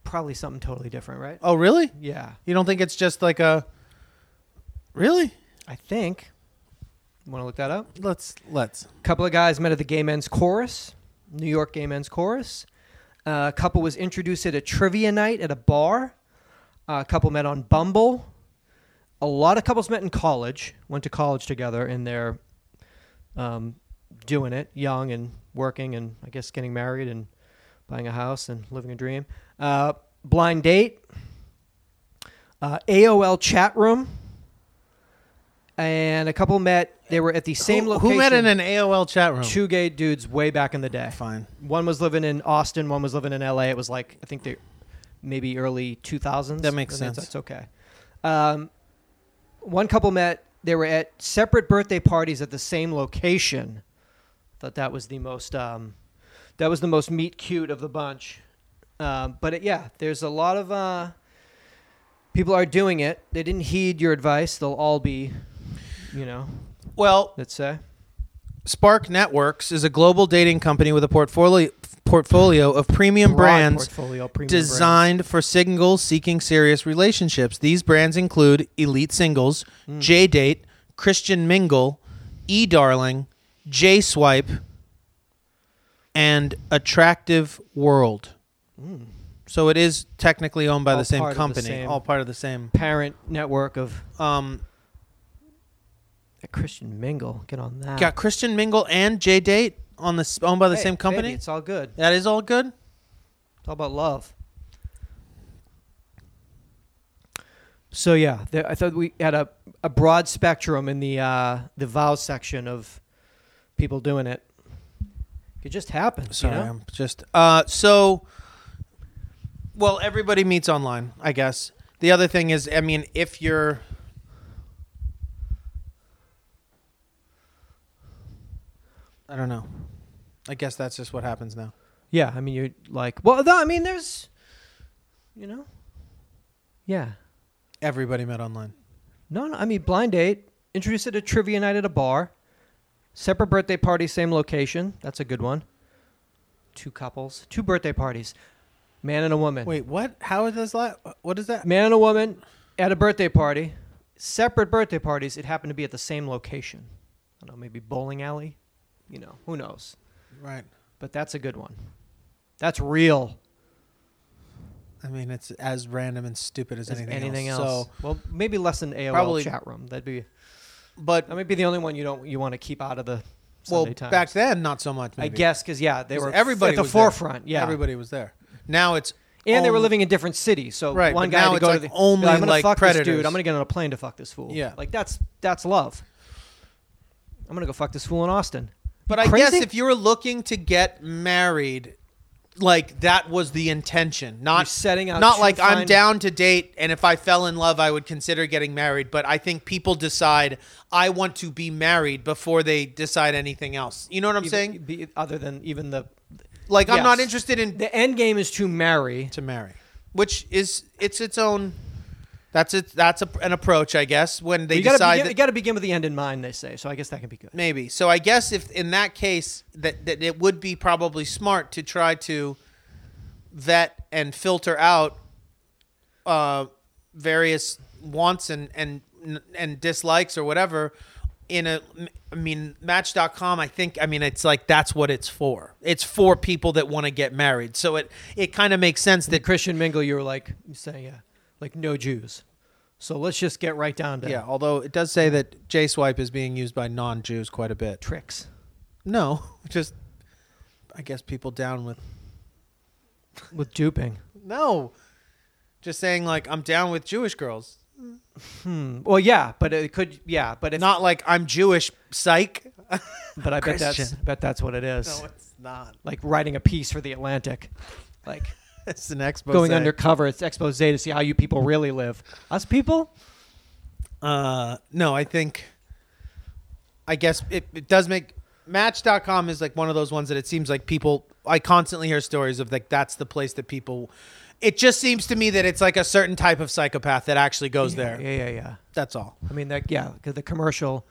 probably something totally different, right? Oh, really? Yeah, You don't think it's just like a? Really? I think. Want to look that up? Let's let's. A couple of guys met at the Gay Men's Chorus, New York Gay Men's Chorus. Uh, a couple was introduced at a trivia night at a bar. Uh, a couple met on Bumble. A lot of couples met in college, went to college together, and they're um, doing it, young and working, and I guess getting married and buying a house and living a dream. Uh, blind date, uh, AOL chat room, and a couple met. They were at the same who, location. Who met in an AOL chat room? two gay dudes way back in the day. Oh. Fine. One was living in Austin, one was living in LA. It was like I think the maybe early 2000s. That makes I think sense. That's okay. Um, one couple met. They were at separate birthday parties at the same location. Thought that was the most um, that was the most meet cute of the bunch. Um, but it, yeah, there's a lot of uh, people are doing it. They didn't heed your advice. They'll all be, you know, Well, let's say. Spark Networks is a global dating company with a portfolio portfolio of premium Broad brands portfolio, premium brands. designed for singles seeking serious relationships. These brands include Elite Singles, Hmm. J Date, Christian Mingle, E Darling, J Swipe, and Attractive World. So it is technically owned by Hmm. All the same part of the company, same- all part of the same. parent network of Um, Christian Mingle. Get on that. got Christian Mingle and J Date on the s- owned by the Hey, same company. baby, it's all good. that is all good. It's all about love. So yeah, there, I thought we had a, a broad spectrum in the uh, the vows section of people doing it. It just happens. Sorry, you know? I'm just uh so well everybody meets online, I guess. The other thing is I mean if you're I don't know. I guess that's just what happens now. Yeah, I mean, you're like, well, no, I mean, there's, you know, yeah, Everybody met online. no, no, I mean, blind date, introduced at a trivia night at a bar, separate birthday party, same location. That's a good one. Two couples, two birthday parties, man and a woman. Wait, what? How is this la- what is that? man and a woman at a birthday party, separate birthday parties. It happened to be at the same location. I don't know, maybe bowling alley. You know, who knows? Right. But that's a good one. That's real. I mean it's as random and stupid as, As anything, else. So well, maybe less than AOL Probably- chat room. That'd be but that might be the only one you don't you want to keep out of the well Sunday Times. back then not so much I maybe. guess because yeah, they 'Cause were everybody at the was there. forefront. Yeah, Everybody was there. Now it's and they were only- living in different cities. So Right, one but now guy had to it's go like to the, only, I'm gonna like, fuck this predators. dude. I'm gonna get on a plane to fuck this fool. Yeah. like that's that's love. I'm gonna go fuck this fool in Austin. But I Crazy? guess if you were looking to get married, like that was the intention. Not You're setting out Not to like I'm find- down to date, and if I fell in love, I would consider getting married. But I think people decide I want to be married before they decide anything else. You know what I'm Even- saying? be- other than even the Like I'm Yes. not interested in the end game is to marry, to marry. which is it's its own. That's it. That's a, an approach, I guess. When they you gotta, decide begin, that- you gotta begin with the end in mind, they say. So I guess that can be good. maybe. So I guess if in that case that that it would be probably smart to try to vet and filter out uh, various wants and and and dislikes or whatever in a I mean match.com I think I mean it's like that's what it's for. It's for people that want to get married. So it it kind of makes sense The that Christian Mingle, you were like saying, yeah, like no Jews. So let's just get right down to yeah, although it does say that J Swipe is being used by non-Jews quite a bit. tricks. No, [LAUGHS] just I guess people down with With duping. No. Just saying like I'm down with Jewish girls. Mm, Well, yeah, but it could, yeah, but if Not like I'm Jewish psych. But I bet that's Christian. bet that's what it is. it's not. like writing a piece for the Atlantic, like [LAUGHS] It's an expo. going undercover. It's expose to see how you people really live. Us people, Uh no, I think I guess it, it does make match.com is like one of those ones that it seems like people I constantly hear stories of like that's the place that people it just seems to me that it's like a certain type of psychopath that actually goes there. Yeah, yeah, yeah. That's all. I mean, that yeah, because the commercial,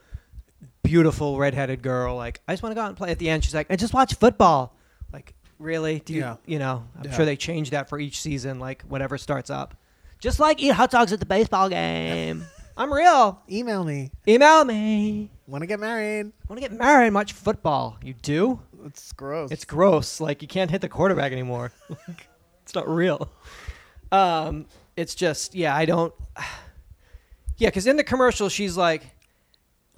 beautiful redheaded girl, like I just want to go out and play. At the end, she's like, I just watch football. Like, really? Do you Yeah. you know? I'm Yeah. sure they change that for each season. Like whatever starts up, just like eat hot dogs at the baseball [LAUGHS] game. I'm real. Email me. Email me. Want to get married? Want to get married and watch football? You do? It's gross. It's gross. Like you can't hit the quarterback anymore. [LAUGHS] Like, it's not real. Um, it's just yeah. I don't. [SIGHS] Yeah, because in the commercial she's like,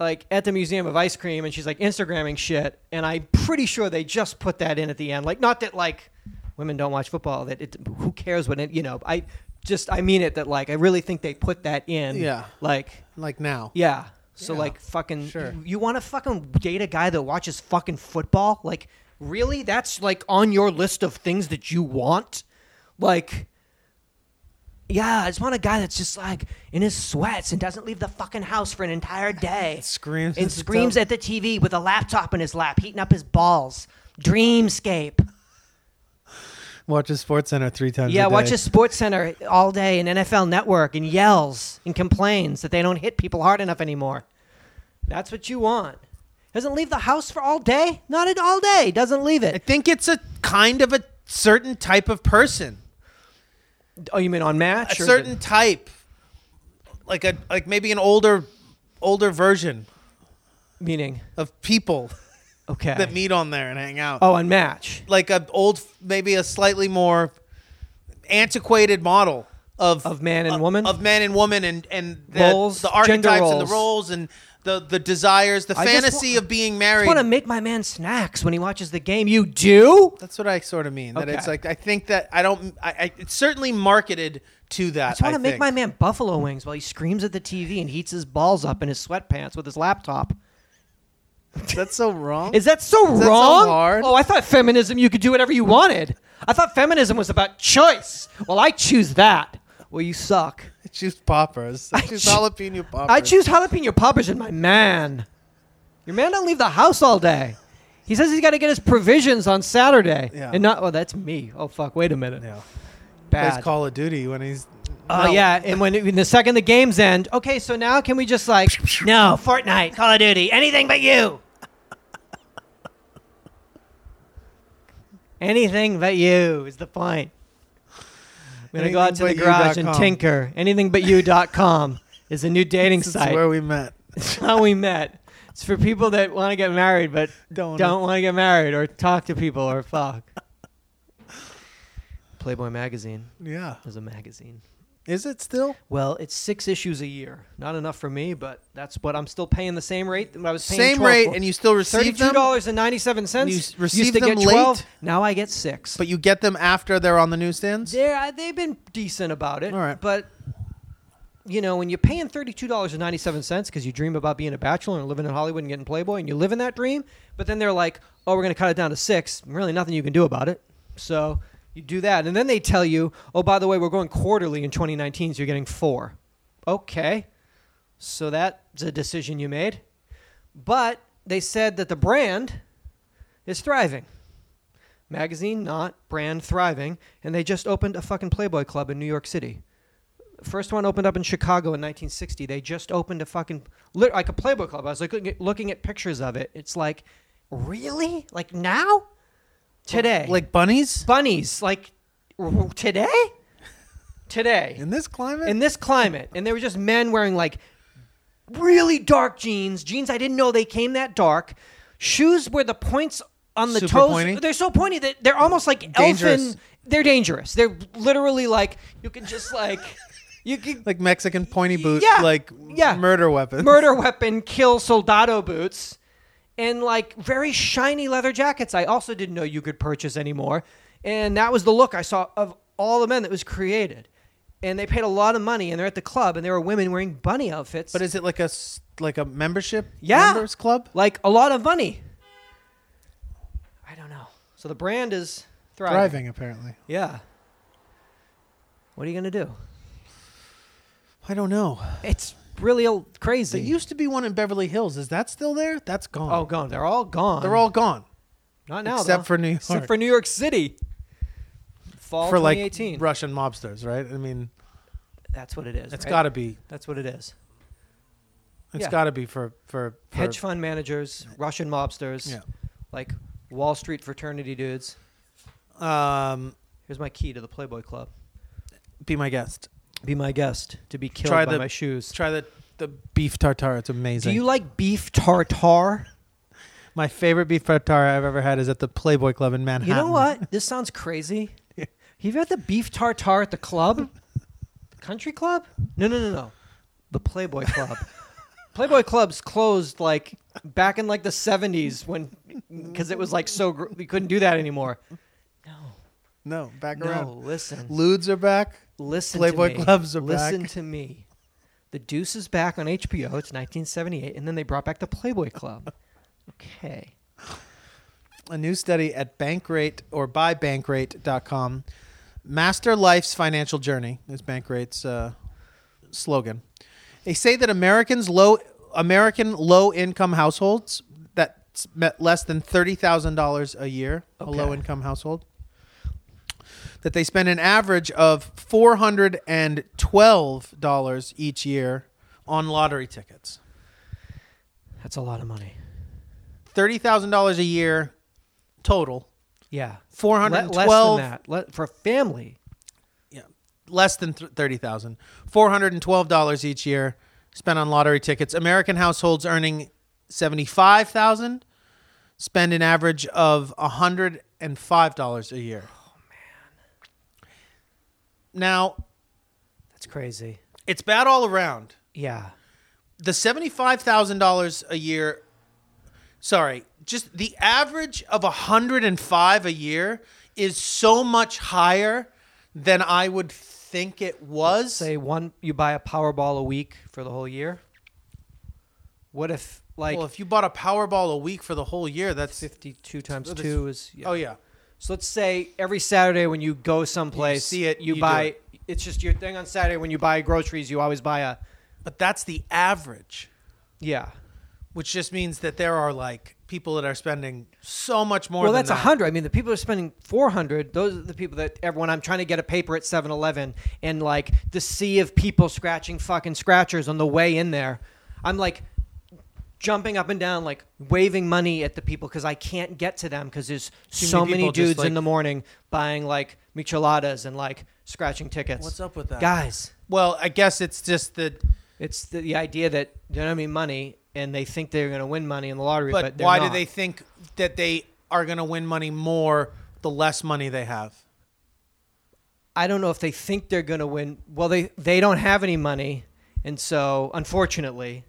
like at the Museum of Ice Cream, and she's like Instagramming shit, and I'm pretty sure they just put that in at the end. Like, not that like women don't watch football. That it, who cares what it, you know? I just I mean it that like I really think they put that in. Yeah. Like like now. yeah. So Yeah. like fucking Sure. you, want to fucking date a guy that watches fucking football? Like really? That's like on your list of things that you want? Like yeah, I just want a guy that's just like in his sweats and doesn't leave the fucking house for [LAUGHS] an entire day. Screams and at the screams tel- at the TV with a laptop in his lap, heating up his balls. Dreamscape. Watches Sports Center three times. Yeah, a day. watches Sports Center all day and NFL Network and yells and complains that they don't hit people hard enough anymore. That's what you want. Doesn't leave the house for all day? Not at all day. Doesn't leave I it. think it's a kind of a certain type of person, Oh, you mean on a match? or certain the- type, like a like maybe an older, older version meaning. of people Okay. that meet on there and hang out. oh, on match. Like a old, maybe a slightly more antiquated model of uh, Of man and woman? of man and woman and and the, Roles, the gender archetypes and the roles. roles and the the desires, the I just fantasy wa- of being I married. want to make my man snacks when he watches the game. You do? That's what I sort of mean. That it's Okay. like I think that I don't. I, I it's certainly marketed to that. I just want to make think. my man buffalo wings while he screams at the TV and heats his balls up in his sweatpants with his laptop. [LAUGHS] That's so wrong. Is that so that so wrong? hard? Oh, I thought feminism you could do whatever you wanted. I thought feminism was about choice. Well, I choose that. Well, you suck. I choose poppers. I I choose choo- jalapeno poppers. I choose jalapeno poppers and my man. Your man don't leave the house all day. He says he's got to get his provisions on Saturday. Yeah. And not, oh, that's me. Oh, fuck. Wait a minute. Yeah. Plays Bad. Call of Duty when he's. Oh, No. yeah. And when, when the second the games end, okay, so now can we just like, no, Fortnite, Call of Duty, anything but you. [LAUGHS] anything but you is the point. I'm going to go out to the garage and AnythingButYou.com. tinker. AnythingbutYou.com is a new dating This is site. where we met. It's [LAUGHS] how we met. It's for people that want to get married but Don't. don't want to get married or talk to people or fuck. Playboy magazine Yeah. is a magazine. Is it still? Well, it's six issues a year. Not enough for me, but that's what I'm still paying the same rate that I was paying. Same 12 rate, for. and you still receive thirty-two them, dollars and ninety-seven And cents. you s- receive Used to them get 12, late? Now I get six. but you get them after they're on the newsstands. They're, I- they've been decent about it. All right. But, you know, when you're paying $32.97 because you dream about being a bachelor and living in Hollywood and getting Playboy and you live in that dream, but then they're like, oh, we're going to cut it down to six. Really, nothing you can do about it. So you do that. And then they tell you, oh, by the way, we're going quarterly in 2019, so you're getting four. Okay. So that's a decision you made. But they said that the brand is thriving. Magazine not, brand thriving, and they just opened a fucking Playboy club in New York City. First one opened up in Chicago in 1960. They just opened a fucking lit- like a Playboy club. I was looking at, looking at pictures of it. It's like, really? Like now? Today? Like bunnies bunnies? Like r- r- today? Today? in this climate? in this climate and they were just men wearing like really dark jeans jeans i didn't know they came that dark shoes where the points on the Super toes pointy? they're so pointy that they're almost like Dangerous. elfin they're dangerous they're literally like you can just like you can like Mexican pointy boot, Yeah, like yeah. murder weapons. murder weapon kill soldado boots and like very shiny leather jackets i also didn't know you could purchase anymore and that was the look i saw of all the men that was created and they paid a lot of money and they're at the club and there were women wearing bunny outfits But is it like a s- like a membership yeah members club? like a lot of money i don't know so the brand is thriving, Thriving apparently. yeah what are you gonna do I don't know. it's really a- crazy There used to be one in Beverly Hills. Is that still there? That's gone. oh gone they're all gone they're all gone Not now, Except though. for New York. Except for New York City. Fall for like 2018. Russian mobsters, right? I mean, That's what it is. it's right? got to be. That's what it is. It's Yeah. got to be for for, for Hedge fund managers, Russian mobsters, Yeah. like Wall Street fraternity dudes. Um, Here's my key to the Playboy Club. be my guest. Be my guest to be killed Try by the- [LAUGHS] my shoes. Try the the beef tartare. It's Do amazing. you like beef tartare? My favorite beef tartare I've ever had is at the Playboy Club in Manhattan. You know what? This sounds [LAUGHS] crazy. You've had the beef tartare at the club? The country club? No, no, no, no. The Playboy [LAUGHS] Club. Playboy clubs closed like back in like the 70s when cuz it was like so gr- we couldn't do that anymore. No, back No, around. listen. Ludes are back. Listen Playboy to me. clubs are Listen back. to me. The Deuce is back on HBO. It's 1978 and then they brought back the Playboy Club. Okay. A new study at Bankrate or by Bankrate.com. Master Life's Financial Journey is Bankrate's uh, slogan. They say that Americans low American low income households that met less than thirty thousand dollars a year, a Okay. low income household, that they spend an average of four hundred and twelve dollars each year on lottery tickets. That's a lot of money. Thirty thousand dollars a year total. Yeah. Four Le- hundred and less twelve than that. Le- for a family. yeah, less than th- 30,000. $412 each year spent on lottery tickets. American households earning 75,000 spend an average of $105 a year. Oh man. Now, That's crazy. it's bad all around. Yeah. The $75,000 a year sorry, just the average of 105 a year is so much higher than I would think it was. Say one, you buy a Powerball a week for the whole year. What if like well, if you bought a Powerball a week for the whole year, that's fifty-two times Oh, this- two is? oh yeah, So let's say every Saturday when you go someplace, see it, you you, do buy. it. It's just your thing on Saturday when you buy groceries. You always buy a but that's the average, yeah. which just means that there are like people that are spending so much more. well, than that's a that. hundred. I mean, the people who are spending four hundred. Those are the people that everyone. I'm trying to get a paper at 7-Eleven, and like the sea of people scratching fucking scratchers on the way in there. I'm like jumping up and down, like waving money at the people because I can't get to them because there's Too so many many, people just, dudes like- in the morning buying like micheladas and like scratching tickets. What's up with that? guys? Well, I guess it's just that. It's the, the idea that they don't mean money and they think they're going to win money in the lottery, but, But they're why do not. they think that they are going to win money more the less money they have? I don't know if they think they're going to win. Well, they they don't have any money, and so unfortunately,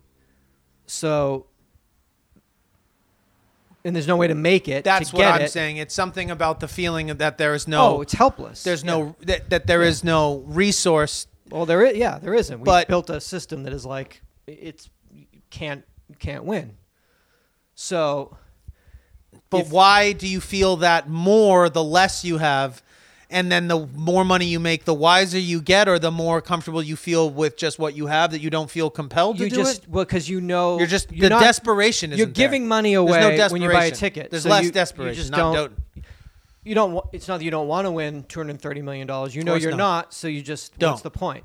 so and there's no way to make it. to That's what get I'm it. saying. It's something about the feeling that there is no, Oh, it's helpless. there's no that, that there is no resource Well, there is. Yeah, there isn't. We But- built a system that is like it's you can't you can't win. So But If- why do you feel that more the less you have? And then the more money you make, the wiser you get, or the more comfortable you feel with just what you have that you don't feel compelled to you do just it. well because you know You're just you're the not- desperation. Isn't You're there. giving money There's no away when you buy a desperation. ticket. There's So less you- you desperation. just not don't- don't- you don't. wa- It's not that you don't want to win two hundred thirty million dollars. You know course you're not. not. so you just. Don't. What's the point?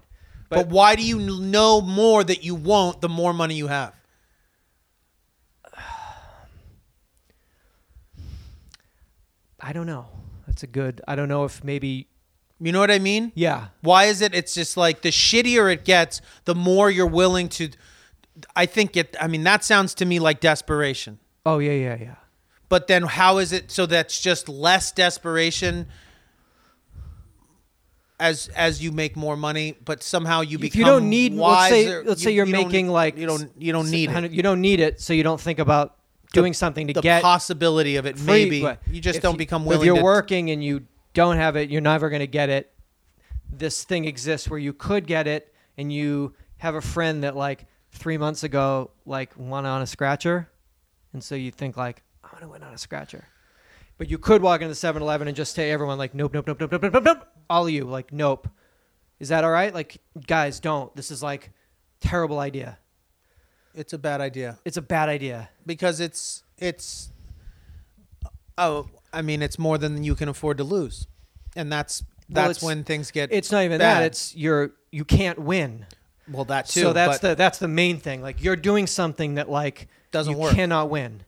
But, why do you kn- know more that you won't the more money you have? I don't know. That's a good. I don't know if maybe. You know what I mean? Yeah. Why is it? It's just like the shittier it gets, the more you're willing to. I think it. I mean, that sounds to me like desperation. Oh yeah yeah yeah. But then, how is it? So that's just less desperation. As as you make more money, but somehow you If become you don't need, let's wiser. say, let's say you- you're you don't- making like you don't you don't s- need it. 100 You don't need it, so you don't think about doing something to the get possibility of it. free, maybe but you just if don't become willing. If you're to, working and you don't have it, you're never going to get it. This thing exists where you could get it, and you have a friend that like three months ago like won on a scratcher, and so you think like I'm going to win on a scratcher, but you could walk into 7-Eleven and just say everyone like nope nope nope nope nope nope nope, nope all of you like nope. Is that all right? Like guys, don't. This is like terrible idea. It's a bad idea It's a bad idea. because it's it's. Oh, I mean, it's more than you can afford to lose, and that's Well, that's it's- when things get. It's not even bad. that. It's you're you can't win. well that too. so that's but the that's the main thing. Like you're doing something that like Doesn't you work. Cannot win.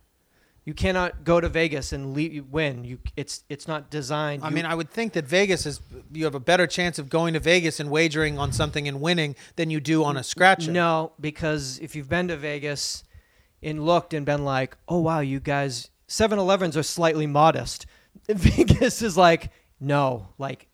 You cannot go to Vegas and le- win. You it's it's not designed. I You- mean, I would think that Vegas is you have a better chance of going to Vegas and wagering on something and winning than you do on a scratcher. no, because if you've been to Vegas and looked and been like, oh wow, you guys, 7-Elevens are slightly modest. [LAUGHS] Vegas is like, no, like.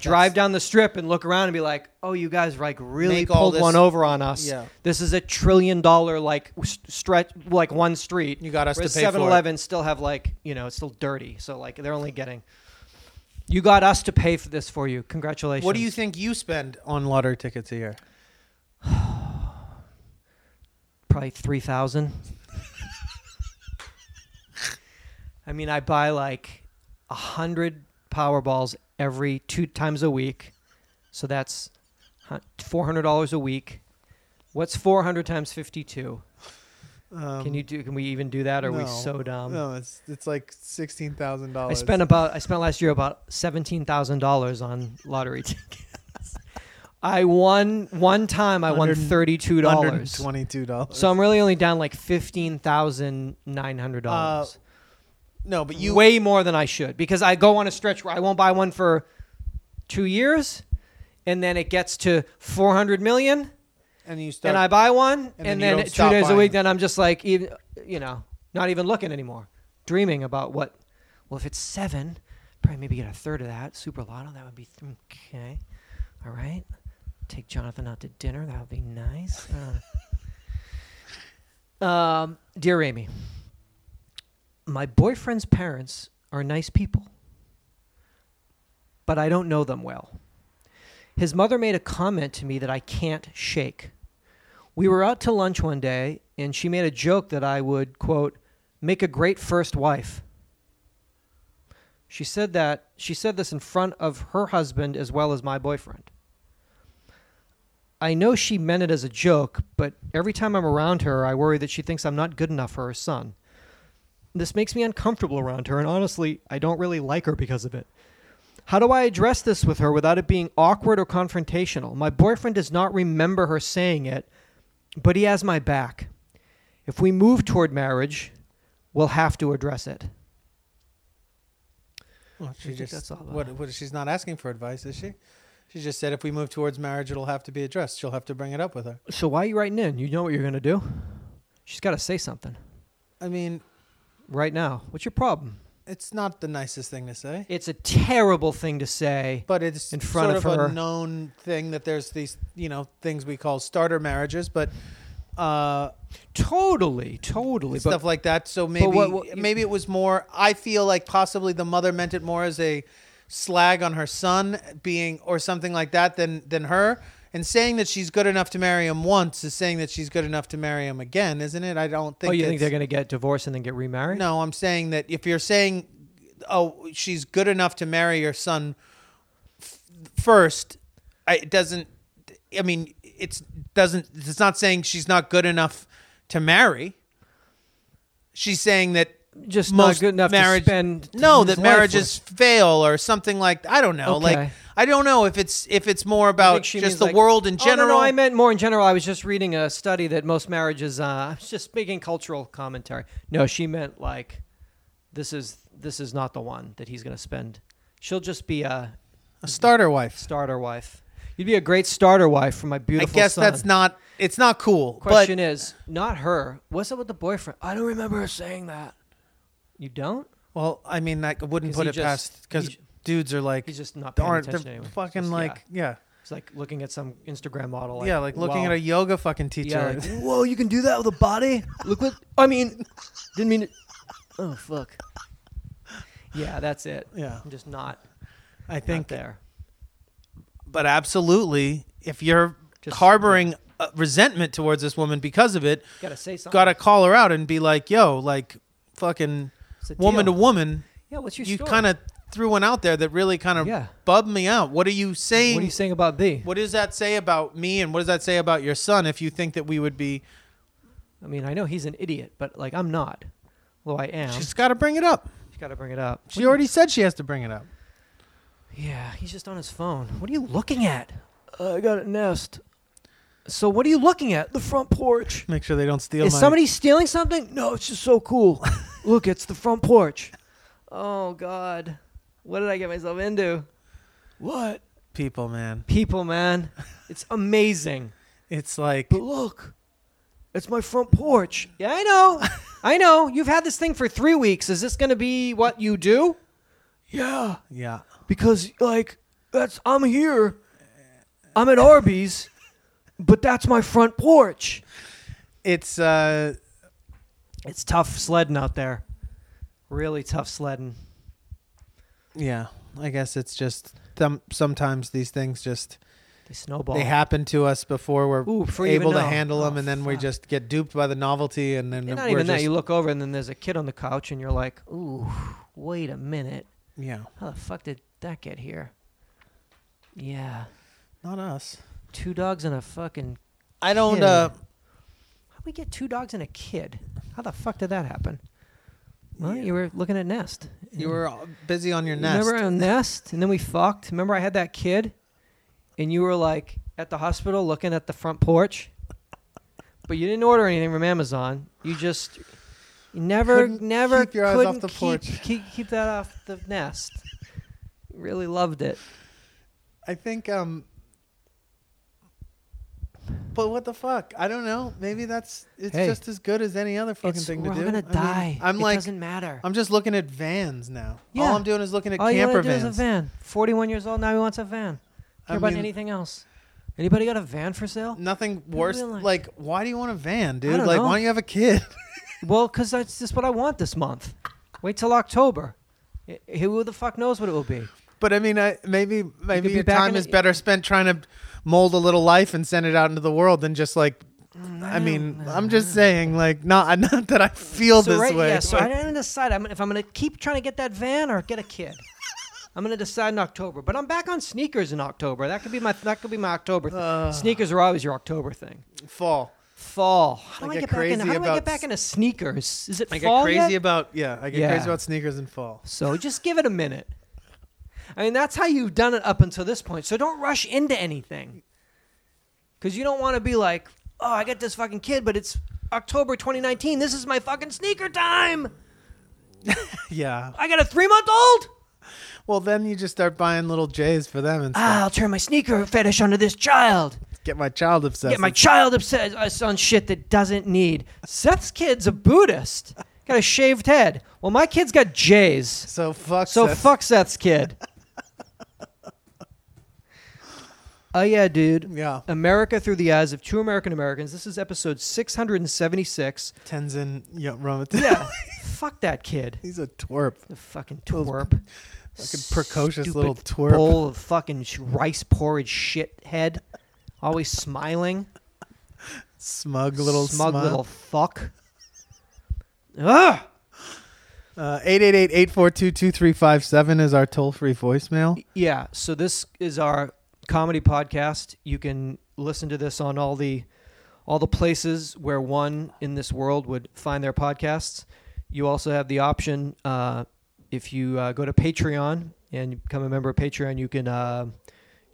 Drive down the strip and look around and be like, "Oh, you guys like really Make all pulled this- one over on us. Yeah. This is a trillion dollar like s- stretch, like one street. You got us to Whereas pay for it. 7-Eleven still have like you know it's still dirty, so like they're only getting. You got us to pay for this for you. Congratulations. What do you think you spend on lottery tickets a year? probably 3000 [LAUGHS] i mean i buy like a hundred powerballs every two times a week so that's hu- $400 a week what's 400 times 52 Um, can you do can we even do that or are we no. so dumb No, it's it's like sixteen thousand dollars. I spent about I spent last year about seventeen thousand dollars on lottery [LAUGHS] tickets. I won one time. I won Hundred- thirty two dollars. twenty-two dollars. So I'm really only down like fifteen thousand nine hundred dollars. no, but Uh, you way more than I should because I go on a stretch where I won't buy one for two years, and then it gets to four hundred million, and you start. and I buy one, then and, you then, don't two stop days a buying week, them. then I'm just like even you know not even looking anymore, dreaming about what. Well, if it's seven, probably maybe get a third of that super lotto. That would be th- okay. All right, take Jonathan out to dinner. That would be nice. Uh, [LAUGHS] Um, dear Amy, my boyfriend's parents are nice people, but I don't know them well. His mother made a comment to me that I can't shake. We were out to lunch one day, and she made a joke that I would, quote, make a great first wife. She said that she said this in front of her husband as well as my boyfriend. I know she meant it as a joke, but every time I'm around her, I worry that she thinks I'm not good enough for her son. This makes me uncomfortable around her, and honestly, I don't really like her because of it. How do I address this with her without it being awkward or confrontational? My boyfriend does not remember her saying it, but he has my back. If we move toward marriage, we'll have to address it. Well, she think just that's all I what, what she's not asking for advice, is she? She just said if we move towards marriage, it'll have to be addressed. She'll have to bring it up with her. So why are you writing in? You know what you're going to do. She's got to say something I mean, right now. What's your problem? it's not the nicest thing to say, It's a terrible thing to say. but it's In front sort of a her. known thing that there's these you know things we call starter marriages, but uh, Totally, totally. But stuff like that. So maybe what- what- maybe it was more. I feel like possibly the mother meant it more as a slag on her son being or something like that than than her. And saying that she's good enough to marry him once is saying that she's good enough to marry him again, isn't it? I don't think. oh, you think it's- they're going to get divorced and then get remarried? No, I'm saying that if you're saying, oh, she's good enough to marry your son f- first, I, it doesn't. I mean, it's doesn't. It's not saying she's not good enough to marry. She's saying that just most not good enough marriage- to spend no his that life marriages with. fail or something like I don't know. Like Okay. I don't know if it's if it's more I about think she means just the like- world in Oh, no, general. no, I meant more in general. I was just reading a study that most marriages. Uh, [LAUGHS] I was just making cultural commentary. No, she meant like, this is this is not the one that he's going to spend. She'll just be a a starter wife. starter wife. You'd be a great starter wife for my I beautiful. guess son. that's not it's not cool. Question is not her. What's up with the boyfriend? I don't remember her saying that. You don't? but well, I mean I wouldn't 'Cause put he it just- past because he j- dudes are like He's just not paying aren't attention they're anyway. fucking Just- like yeah. It's like looking at some Instagram model. yeah Like, like looking wow. at a yoga fucking teacher. Yeah, like, [LAUGHS] whoa, you can do that with a body? Look what I mean. Didn't mean. It. Oh fuck. Yeah, that's it. Yeah. I'm just not. I Think think there. but absolutely if you're Just- harboring uh resentment towards this woman because of it, Gotta say something. got to call her out and be like, "Yo, like fucking It's a woman to deal. woman, Yeah, what's your you story? kind of threw one out there that really kind of Yeah. bubbed me out. What are you saying? What are you saying about thee? What does that say about me and what does that say about your son if you think that we would be I mean, I know he's an idiot, but like I'm not. Well, I am. She's got to bring it up. She's got to bring it up. She already said she has to bring it up. Yeah, he's just on his phone. What are you looking at? I got a nest. So what are you looking at? The front porch. Make sure they don't steal Is my somebody stealing something? No, it's just so [LAUGHS] cool. Look, it's the front porch. Oh God, what did I get myself into? What people, man. people, man? It's amazing. It's like But look, it's my front porch. Yeah, I [LAUGHS] know. I know. You've had this thing for three weeks. Is this gonna be what you do? Yeah, yeah. because like that's I'm here. I'm at Arby's, but that's my front porch. It's uh It's tough sledding out there. Really tough sledding. yeah, I guess it's just some sometimes these things just They snowball. They happen to us before we're Ooh, before you even able to know. handle them, Oh, and then we fuck. just get duped by the novelty, and then And not we're even that. just- You look over and then there's a kid on the couch, and you're like, "Ooh, wait a minute. yeah, How the fuck did that get here?" Yeah, not us. two dogs and a fucking. I don't. Kid. Uh, How we get two dogs and a kid? How the fuck did that happen? Well, you were looking at Nest. you were all busy on your You nest. Remember on Nest, and then we fucked. Remember I had that kid, and you were like at the hospital looking at the front porch, but you didn't order anything from Amazon. You just you never, Couldn't never keep your eyes off couldn't the keep, porch. keep keep that off the Nest. Really loved it. I think. Um, but what the fuck? I don't know. Maybe that's it's Hey. just as good as any other fucking It's- thing we're to all do. gonna I die. am it like, doesn't matter. I'm just looking at vans now. Yeah. All I'm doing is looking at All you camper want to do vans. is a van. Forty-one years old now, he wants a van. I Care about mean- anything else? Anybody got a van for sale? Nothing worse. real life. Like, why do you want a van, dude? don't Like, know. why don't you have a kid? [LAUGHS] Well, because that's just what I want this month. Wait till October. I- Who the fuck knows what it will be? But I mean, I maybe maybe be your back time in is the- better spent trying to mold a little life and send it out into the world than just like. Mm, I mean, I'm just saying, like, not [LAUGHS] not that I feel So this right, way. yeah. So but [LAUGHS] I didn't decide I'm, if I'm gonna keep trying to get that van or get a kid. I'm gonna decide in October, but I'm back on sneakers in October. That could be my that could be my October. Thing. sneakers are always your October thing. fall. Fall. How do I I, get get, back in? crazy How do I about get back s- into sneakers? Is it I get fall crazy yet? about yeah. I get Yeah. crazy about sneakers in fall. [LAUGHS] So just give it a minute. I mean, that's how you've done it up until this point. So don't rush into anything. Because you don't want to be like, oh, I got this fucking kid, but it's October 2019. This is my fucking sneaker time. Yeah. I got a three month old. Well, then you just start buying little J's for them and stuff. Ah, I'll turn my sneaker fetish onto this child. Get my child obsessed. Ah. Get my It's- child obsessed uh, on shit that doesn't need. Seth's kid's a Buddhist. Got a shaved head. Well, my kid's got J's. so fuck. So Seth. fuck Seth's kid. Oh yeah, dude. Yeah. America through the eyes of two American Americans. This is episode 676. Tenzin yeah, Ramadan. Yeah. [LAUGHS] fuck that kid. [LAUGHS] He's a twerp. The fucking Those twerp. Fucking precocious Stupid little twerp. Bowl of fucking sh- rice porridge shit head. Always smiling. Smug little smug smile. little fuck. Ugh. Uh, 888-842-2357 is our toll-free voicemail. Yeah. So this is our comedy podcast. You can listen to this on all the all the places where one in this world would find their podcasts. You also have the option uh, if you uh, go to Patreon and you become a member of Patreon, you can uh,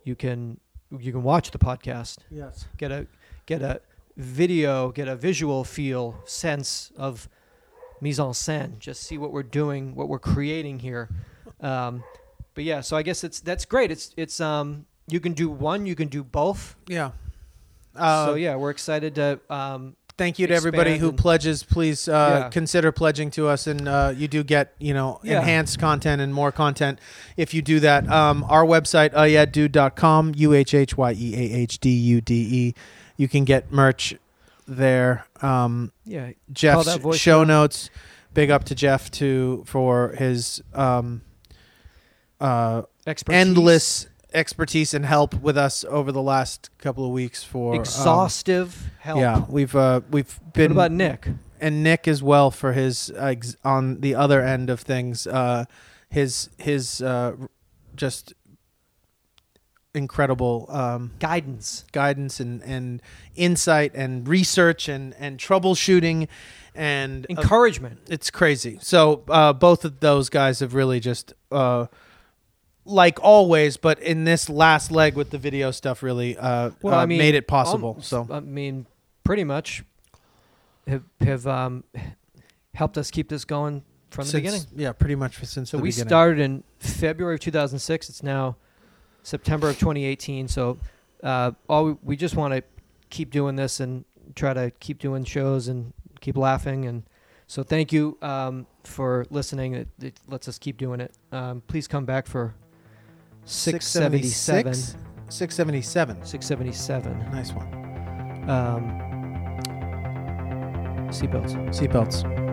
you can you can watch the podcast, Yes. get a get a video, get a visual feel sense of mise en scène. Just see what we're doing, what we're creating here. Um, but yeah, so I guess it's that's great. It's it's um, you can do one, you can do both. Yeah. Uh, so yeah, we're excited to um, Thank you to everybody expand who and- pledges. Please uh, Yeah. consider pledging to us, and uh, you do get you know Yeah. enhanced content and more content if you do that. Um, our website ayadude.com, u h h y e a h d u d e. You can get merch there. Um, yeah Jeff's that voicemail. show notes. Big up to Jeff too for his um, uh, expertise. endless expertise and help with us over the last couple of weeks for um, exhaustive help. yeah, we've uh, we've What been about Nick? and Nick as well for his uh, ex- on the other end of things. Uh, his his uh, r- just incredible um, Guidance. guidance and, and insight and research and and troubleshooting and uh, Encouragement. it's crazy. So uh, both of those guys have really just uh, like always, but in this last leg with the video stuff, really uh, uh, made it possible. almost- uh, so I mean, pretty much have have um, helped us keep this going from the since- beginning. yeah, pretty much since So the we beginning. started in February of 2006. It's now September of 2018. So uh, all we, we just want to keep doing this and try to keep doing shows and keep laughing. And so thank you um, for listening. It, it lets us keep doing it. Um, please come back for 677. 677. 677. Nice one. Um, seatbelts. Seatbelts.